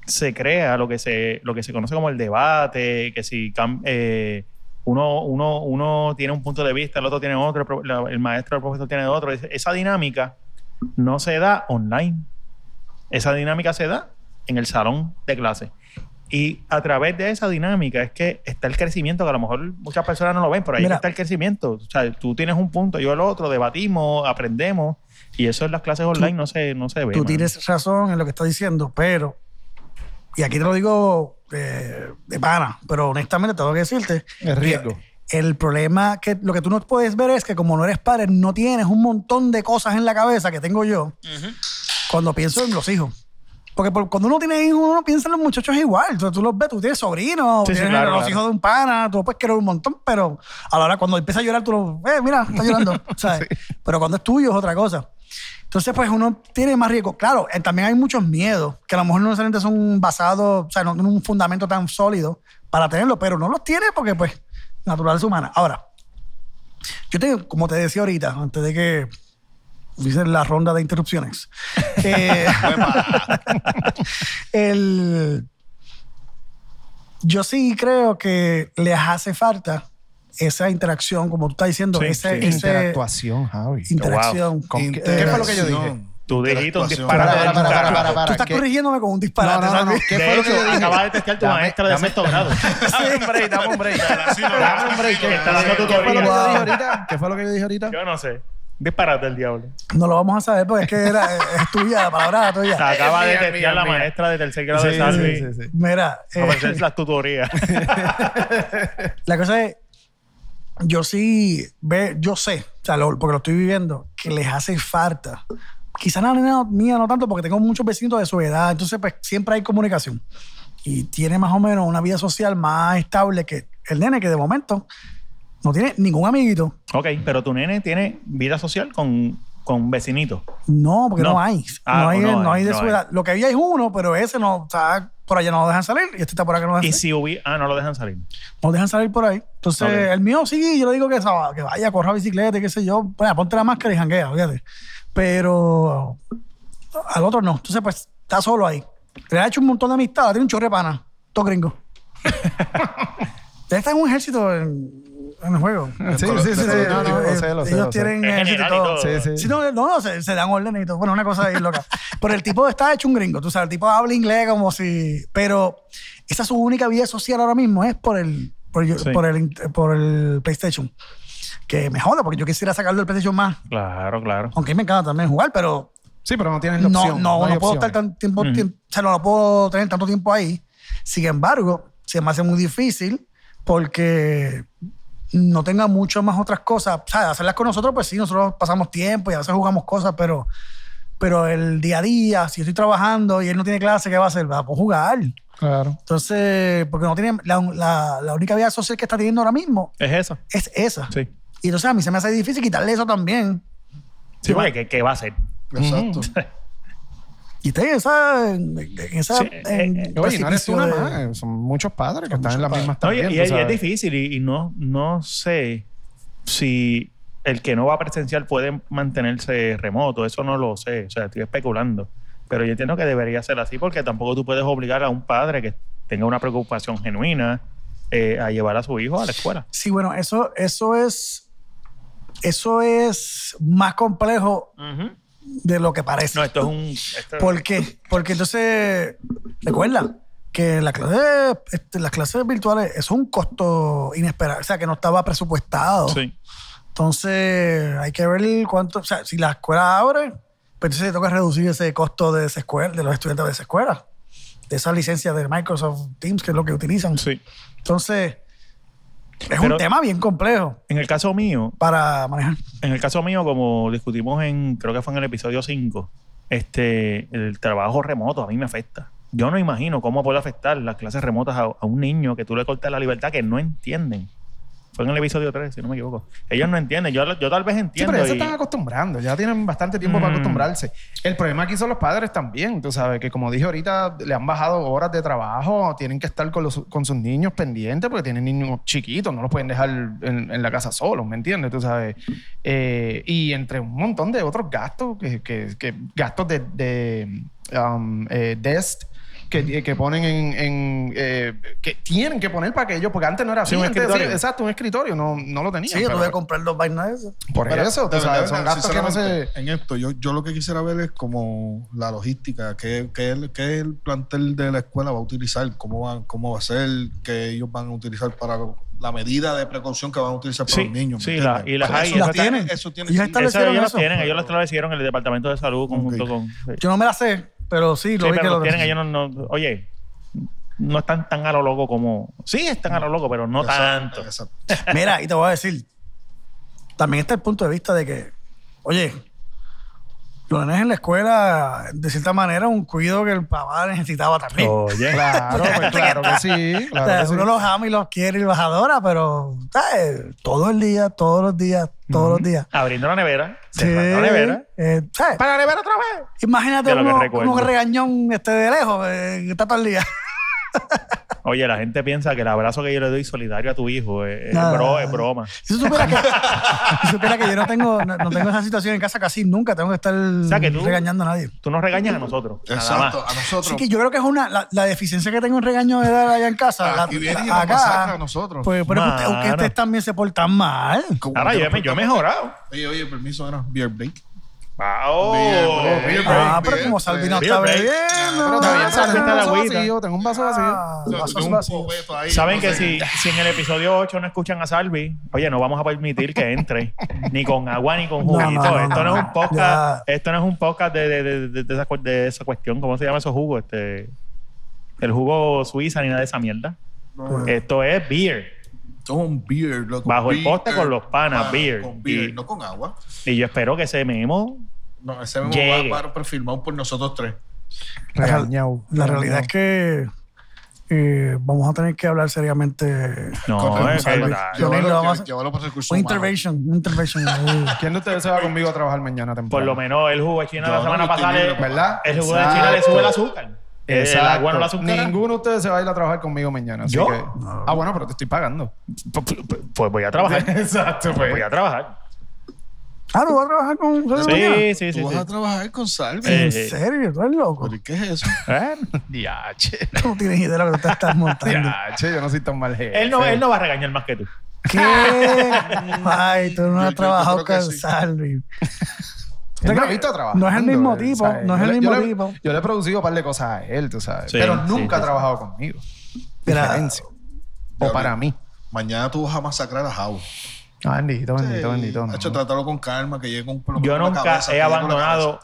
Speaker 3: se crea lo que se, lo que se conoce como el debate, que si cam- eh, uno, uno, uno tiene un punto de vista, el otro tiene otro, el pro- la- el maestro, el profesor tiene otro. Es- Esa dinámica no se da online. Esa dinámica se da en el salón de clase. Y a través de esa dinámica es que está el crecimiento, que a lo mejor muchas personas no lo ven, pero ahí
Speaker 2: Mira.
Speaker 3: está el crecimiento. O sea, tú tienes un punto, yo el otro, debatimos, aprendemos. Y eso en las clases online no se, no se ve.
Speaker 2: Tú
Speaker 3: mano.
Speaker 2: tienes razón en lo que estás diciendo, pero, y aquí te lo digo eh, de pana, pero honestamente tengo que decirte,
Speaker 1: Es riesgo.
Speaker 2: el problema que lo que tú no puedes ver es que como no eres padre, no tienes un montón de cosas en la cabeza que tengo yo cuando pienso en los hijos. Porque por- cuando uno tiene hijos, uno piensa en los muchachos igual. Entonces, tú los ves, tú tienes sobrinos,
Speaker 3: Sí, sí,
Speaker 2: tienes
Speaker 3: claro,
Speaker 2: los
Speaker 3: claro.
Speaker 2: hijos de un pana, tú puedes querer un montón, pero a la hora cuando empieza a llorar, tú lo ves, mira, está llorando. ¿sabes? Pero cuando es tuyo es otra cosa. Entonces, pues uno tiene más riesgo. Claro, eh, también hay muchos miedos que a lo mejor no necesariamente son basados, o sea, no tienen un fundamento tan sólido para tenerlo, pero no los tiene porque, pues, naturaleza humana. Ahora, yo tengo, como te decía ahorita, antes de que dicen la ronda de interrupciones. Eh, el, yo sí creo que les hace falta esa interacción, como tú estás diciendo,
Speaker 3: Sí,
Speaker 2: ese,
Speaker 3: sí.
Speaker 2: ese-
Speaker 1: Este, Interactuación, Javi.
Speaker 2: interacción.
Speaker 1: Wow. ¿Con qué-
Speaker 2: Interacción.
Speaker 1: qué fue lo que yo dije?
Speaker 3: Tú dijiste un
Speaker 5: Interactuación.
Speaker 3: disparate.
Speaker 1: Para, para, para, para, para, para.
Speaker 2: Tú estás
Speaker 1: ¿Qué?
Speaker 2: corrigiéndome con un
Speaker 1: No,
Speaker 2: disparate.
Speaker 1: no, no, no.
Speaker 2: ¿sabes?
Speaker 1: ¿Qué
Speaker 3: De
Speaker 1: fue lo
Speaker 3: hecho,
Speaker 1: que yo dije?
Speaker 3: acaba de testear tu
Speaker 1: Dame-
Speaker 3: maestra de
Speaker 1: dame-
Speaker 3: sexto grado.
Speaker 1: Dame un break, dame un break. Dame un break.
Speaker 5: Está haciendo
Speaker 1: ¿Qué fue lo que
Speaker 3: tutoría.
Speaker 1: yo dije ahorita? ¿Qué fue lo que yo dije ahorita?
Speaker 3: Yo no sé. Disparate el diablo.
Speaker 2: No lo vamos a saber porque es que era, es tuya, la palabra era
Speaker 3: O sea,
Speaker 2: tuya.
Speaker 3: acaba de
Speaker 1: mía, mía,
Speaker 3: testear la
Speaker 1: mía.
Speaker 3: maestra de tercer grado de
Speaker 1: Sí,
Speaker 3: Salvi.
Speaker 1: sí, sí, sí.
Speaker 2: Mira, eh,
Speaker 3: Para hacer las tutorías.
Speaker 2: la cosa es, yo sí ve, yo sé, o sea, lo- porque lo estoy viviendo, que les hace falta. Quizás la nena mía no tanto, porque tengo muchos vecinos de su edad, entonces pues siempre hay comunicación. Y tiene más o menos una vida social más estable que el nene, que de momento no tiene ningún amiguito.
Speaker 3: ok, pero tu nene tiene vida social con, con vecinitos.
Speaker 2: No, porque no,
Speaker 3: No.
Speaker 2: hay.
Speaker 3: Ah,
Speaker 2: no, hay
Speaker 3: no
Speaker 2: no hay
Speaker 3: hay,
Speaker 2: de
Speaker 3: no
Speaker 2: su
Speaker 3: hay.
Speaker 2: edad. Lo que había es uno, pero ese no está por allá, no lo dejan salir. Y este está por acá, no lo dejan
Speaker 3: Y
Speaker 2: salir.
Speaker 3: si hubiera. Ah, no lo dejan salir.
Speaker 2: No dejan salir por ahí. Entonces,
Speaker 3: Ok.
Speaker 2: el mío sí, yo le digo que, sa- que vaya, corra bicicleta, y qué sé yo. Bueno, ponte la máscara y janguea, fíjate. Pero al otro no. Entonces, pues, está solo ahí. Le ha hecho un montón de amistad, tiene un chorre de pana. Todo gringo. Ustedes están en un ejército en, en el juego.
Speaker 1: Sí,
Speaker 5: Lo- lo-
Speaker 1: sí, sí, sí,
Speaker 5: lo-
Speaker 1: yo-
Speaker 5: lo-
Speaker 1: yo-
Speaker 5: lo-
Speaker 1: lo
Speaker 2: eh,
Speaker 1: sé, lo sé,
Speaker 2: ellos
Speaker 1: lo sé.
Speaker 2: tienen
Speaker 3: Es
Speaker 2: ejército y
Speaker 3: general y
Speaker 2: todo.
Speaker 3: todo.
Speaker 1: Sí, sí.
Speaker 2: Sí, no, no, no, se, se dan órdenes y todo. Bueno, una cosa ahí loca. Pero el tipo está hecho un gringo, tú sabes, el tipo habla inglés como si. Pero esa es su única vida social ahora mismo, es por el, por, yo-
Speaker 3: Sí.
Speaker 2: por el, int- por el PlayStation. Que me joda, porque yo quisiera sacarlo del PlayStation más.
Speaker 3: Claro, claro.
Speaker 1: Oh.
Speaker 2: Aunque me encanta también jugar, pero
Speaker 1: Sí, pero no tienes la
Speaker 2: no,
Speaker 1: opción.
Speaker 2: no, no,
Speaker 1: hay
Speaker 2: puedo
Speaker 1: opciones.
Speaker 2: estar tanto tiempo,
Speaker 3: Ujú.
Speaker 2: tiemp- o sea, no, no puedo tener tanto tiempo ahí. Sin embargo, se me hace muy difícil porque no tenga muchas más otras cosas. O sea, hacerlas con nosotros, pues sí, nosotros pasamos tiempo y a veces jugamos cosas, pero, pero el día a día, si yo estoy trabajando y él no tiene clase, ¿qué va a hacer? Va a jugar.
Speaker 1: Claro.
Speaker 2: Entonces, porque no tiene la, la- la única vida social que está teniendo ahora mismo
Speaker 3: Es eso.
Speaker 2: es esa.
Speaker 3: Sí.
Speaker 2: Y entonces a mí se me hace difícil quitarle eso también.
Speaker 3: Sí, porque ¿qué, qué va a hacer?
Speaker 5: Exacto.
Speaker 2: Y está en esa. En, en esa
Speaker 3: Sí,
Speaker 2: en
Speaker 3: eh, eh,
Speaker 1: Oye, no eres tú
Speaker 2: precipicio
Speaker 1: nada
Speaker 2: de-
Speaker 1: más. eh, Son muchos padres que
Speaker 2: Son
Speaker 1: están en las
Speaker 2: muchos
Speaker 1: mismas
Speaker 3: No, y,
Speaker 1: también.
Speaker 3: y-
Speaker 1: tú
Speaker 3: y es
Speaker 1: sabes.
Speaker 3: difícil y, y no, no sé si el que no va a presencial puede mantenerse remoto, eso no lo sé, o sea, estoy especulando, pero yo entiendo que debería ser así porque tampoco tú puedes obligar a un padre que tenga una preocupación genuina eh, a llevar a su hijo a la escuela.
Speaker 2: Sí, bueno, eso, eso es. Eso es más complejo de lo que parece.
Speaker 3: No, esto es un... esto-
Speaker 2: ¿Por qué? Porque entonces, recuerda que las clases, este, las clases virtuales es un costo inesperado, o sea, que no estaba presupuestado.
Speaker 3: Sí.
Speaker 2: Entonces, hay que ver cuánto, o sea, si la escuela abre, pues entonces toca reducir ese costo de esa escuela, de los estudiantes de esa escuela, de esa licencia de Microsoft Teams, que es lo que utilizan.
Speaker 3: sí.
Speaker 2: Entonces, es un
Speaker 3: Pero-
Speaker 2: tema bien complejo
Speaker 3: En el caso mío,
Speaker 2: para manejar.
Speaker 3: En el caso mío, como discutimos en, creo que fue en el episodio 5, este, el trabajo remoto a mí me afecta. Yo no imagino cómo puede afectar las clases remotas a, a un niño que tú le cortas la libertad que no entienden. Fue en el episodio 3, si no me equivoco. Ellos no entienden. Yo, yo tal vez
Speaker 1: Sí,
Speaker 3: entiendo.
Speaker 1: pero ya se
Speaker 3: y-
Speaker 1: están acostumbrando, ya tienen bastante tiempo para
Speaker 3: Mm.
Speaker 1: acostumbrarse. El problema aquí son los padres también, tú sabes, que como dije ahorita, le han bajado horas de trabajo, tienen que estar con, los, con sus niños pendientes porque tienen niños chiquitos, no los pueden dejar en, en la casa solos, ¿me entiendes? Tú sabes. Eh, y entre un montón de otros gastos, que, que- que- gastos de, de um, eh, desk. Que, que ponen en, en, eh, que tienen que poner para que ellos porque antes no era así
Speaker 3: Sí, un
Speaker 1: antes decía-
Speaker 3: escritorio.
Speaker 1: exacto un escritorio no, no lo tenían
Speaker 2: Sí, yo
Speaker 1: pero-
Speaker 2: tuve que comprar dos vainas de esas.
Speaker 1: por
Speaker 5: Pero,
Speaker 1: eso,
Speaker 5: de
Speaker 1: tú sabes,
Speaker 5: verdad,
Speaker 1: son gastos que no se...
Speaker 5: sinceramente, En esto, yo, yo lo que quisiera ver es como la logística, qué, qué el, qué el plantel de la escuela va a utilizar, cómo va, cómo va a ser, qué ellos van a utilizar para la medida de precaución que van a utilizar para
Speaker 3: Sí,
Speaker 5: los niños. ¿me
Speaker 3: sí,
Speaker 5: entiendes?
Speaker 3: la- y las
Speaker 5: Pero
Speaker 3: hay,
Speaker 5: eso
Speaker 2: las
Speaker 5: tiene-
Speaker 2: tienen.
Speaker 5: Eso tiene.
Speaker 2: Ellas
Speaker 5: sí,
Speaker 2: están-
Speaker 3: Esa,
Speaker 2: establecieron
Speaker 3: ellos lo
Speaker 2: eso?
Speaker 3: tienen, ellos lo establecieron en el Departamento de Salud conjunto con. sí.
Speaker 2: Yo no me la sé, pero sí, lo
Speaker 3: Sí,
Speaker 2: vi que
Speaker 3: pero
Speaker 2: lo
Speaker 3: lo tienen, ellos no, no- Oye, no están tan a lo loco como. Sí, están a lo loco, pero no
Speaker 5: exacto,
Speaker 3: tanto.
Speaker 5: exacto.
Speaker 2: Mira, y te voy a decir, también está el punto de vista de que, oye, los nenes en la escuela, de cierta manera, un cuidado que el papá necesitaba también.
Speaker 3: Oye.
Speaker 1: Claro, pues, claro que sí.
Speaker 2: O sea,
Speaker 1: Claro que sí.
Speaker 2: uno los ama y los quiere y los adora, pero ¿sabes? todo el día, todos los días, todos los días.
Speaker 3: Abriendo la nevera,
Speaker 2: Sí,
Speaker 3: cerrando la nevera.
Speaker 2: eh, ¿sabes?
Speaker 1: Para beber otra vez.
Speaker 2: Imagínate
Speaker 3: de lo que
Speaker 2: uno,
Speaker 3: recuerdo.
Speaker 2: uno regañón este de lejos, eh, que está todo el día.
Speaker 3: Oye, la gente piensa que el abrazo que yo le doy solidario a tu hijo es, es
Speaker 2: Nada.
Speaker 3: bro- es broma.
Speaker 2: Si tú supieras que, si supieras que yo no tengo, no, no tengo esa situación en casa casi nunca, tengo que estar
Speaker 3: sea, que tú-
Speaker 2: regañando a nadie.
Speaker 3: Tú nos regañas a nosotros. Nada
Speaker 5: Exacto,
Speaker 3: más.
Speaker 5: a nosotros.
Speaker 2: Así que yo creo que es una, la, la deficiencia que tengo en regaño de edad allá en casa. la-
Speaker 5: Aquí viene y
Speaker 2: la-
Speaker 5: nos masacra
Speaker 2: acá.
Speaker 5: a nosotros.
Speaker 2: Pues, pero es que usted-
Speaker 3: Mano.
Speaker 2: que ustedes también se portan mal.
Speaker 5: Como
Speaker 3: Ahora
Speaker 5: que
Speaker 3: yo,
Speaker 5: nos
Speaker 3: me- yo he
Speaker 5: portamos-
Speaker 3: mejorado.
Speaker 5: Oye, oye, permiso, era beer break.
Speaker 3: Wow.
Speaker 5: Bien, bro, bien, bro.
Speaker 2: Ah, pero
Speaker 5: bien,
Speaker 2: como
Speaker 5: bien.
Speaker 2: Salvi no
Speaker 3: Bien,
Speaker 2: está
Speaker 3: bien.
Speaker 1: Pero
Speaker 2: bebiendo.
Speaker 3: está
Speaker 1: todavía
Speaker 3: bien,
Speaker 1: tengo
Speaker 3: salve,
Speaker 1: un
Speaker 3: está la
Speaker 1: vaso
Speaker 3: agüita.
Speaker 1: vacío, tengo un vaso vacío.
Speaker 2: Ah,
Speaker 5: Yo
Speaker 2: vasos
Speaker 5: tengo un
Speaker 2: vacíos.
Speaker 5: bobeto ahí,
Speaker 3: Saben
Speaker 5: no
Speaker 3: que
Speaker 5: sé.
Speaker 3: si, si en el episodio 8 no escuchan a Salvi, oye, no vamos a permitir que entre ni con agua ni con
Speaker 2: No,
Speaker 3: juguito.
Speaker 2: no, no,
Speaker 3: esto no,
Speaker 2: no,
Speaker 3: es
Speaker 2: no.
Speaker 3: un podcast, esto no es un podcast de, de, de, de- de esa, cu- de esa cuestión, ¿cómo se llama esos jugos? Este, el jugo suiza ni nada de esa mierda.
Speaker 2: Ah.
Speaker 5: No,
Speaker 2: Eh,
Speaker 3: Esto es beer.
Speaker 5: esto es un beer, loco.
Speaker 3: Bajo el
Speaker 5: Beer, ah,
Speaker 3: poste con los panas, beer.
Speaker 5: Con beer,
Speaker 3: Y-
Speaker 5: no con agua.
Speaker 3: Y yo espero que ese memo
Speaker 5: No, ese mismo
Speaker 3: Llegue.
Speaker 5: va a firmado por nosotros tres.
Speaker 1: Regañado.
Speaker 2: La realidad es que eh, vamos a tener que hablar seriamente.
Speaker 3: no
Speaker 5: Correcemos
Speaker 3: es que
Speaker 5: algo.
Speaker 3: tal.
Speaker 2: Yo- Leonel, lo vamos a-
Speaker 5: Llévalo- Llévalo por recursos
Speaker 2: Un
Speaker 5: humanos.
Speaker 2: intervention, un intervention. Ah, ahí.
Speaker 1: ¿Quién de ustedes se va conmigo a trabajar mañana temprano?
Speaker 3: por lo menos el jugo de China
Speaker 5: Yo
Speaker 3: la
Speaker 5: no
Speaker 3: semana
Speaker 5: lo
Speaker 3: pasada
Speaker 5: estoy
Speaker 3: le-
Speaker 5: viendo,
Speaker 1: ¿Verdad?
Speaker 3: el jugo de China le
Speaker 1: Exacto.
Speaker 3: sube el azúcar. El
Speaker 1: Exacto.
Speaker 3: agua no la azucara.
Speaker 1: Ninguno de ustedes se va a ir a trabajar conmigo mañana. así
Speaker 3: ¿Yo?
Speaker 1: que- Ah, bueno, pero te estoy pagando.
Speaker 3: Pues, pues, pues voy a trabajar.
Speaker 1: Exacto,
Speaker 3: Pues
Speaker 1: pues.
Speaker 3: Voy a trabajar.
Speaker 2: Ah, ¿tú vas a trabajar con Salvi mañana?
Speaker 3: Sí, sí, sí.
Speaker 5: Tú vas
Speaker 3: sí.
Speaker 5: a trabajar con Salve.
Speaker 3: Eh,
Speaker 2: ¿En serio? ¿Tú eres loco?
Speaker 5: ¿Pero qué es eso?
Speaker 3: Bueno.
Speaker 1: Diache.
Speaker 2: Tú no tienes idea de lo que te estás montando.
Speaker 1: Diache, yo no soy tan mal jefe.
Speaker 3: Él no, él no va a regañar más que tú.
Speaker 2: ¿Qué? Ay, tú no
Speaker 5: Yo-
Speaker 2: has
Speaker 5: yo-
Speaker 2: trabajado
Speaker 5: yo creo que
Speaker 2: con
Speaker 5: sí.
Speaker 2: Salvi.
Speaker 1: Él me ha visto trabajar.
Speaker 2: No es el mismo tipo, no es el mismo tipo.
Speaker 1: Yo le he producido un par de cosas a él, tú sabes.
Speaker 3: Sí,
Speaker 1: pero
Speaker 3: sí,
Speaker 1: nunca ha
Speaker 3: sí, sí.
Speaker 1: trabajado conmigo.
Speaker 2: Mira,
Speaker 1: Diferencia. O
Speaker 5: Yo-
Speaker 1: para mí.
Speaker 5: Mañana tú vas a masacrar a House.
Speaker 1: Ah, bendito, bendito, bendito. no.
Speaker 5: Hecho, trátalo con calma, que llegue con por lo
Speaker 3: Yo
Speaker 5: menos la
Speaker 3: nunca
Speaker 5: cabeza, que
Speaker 3: he
Speaker 5: llegue con la
Speaker 3: abandonado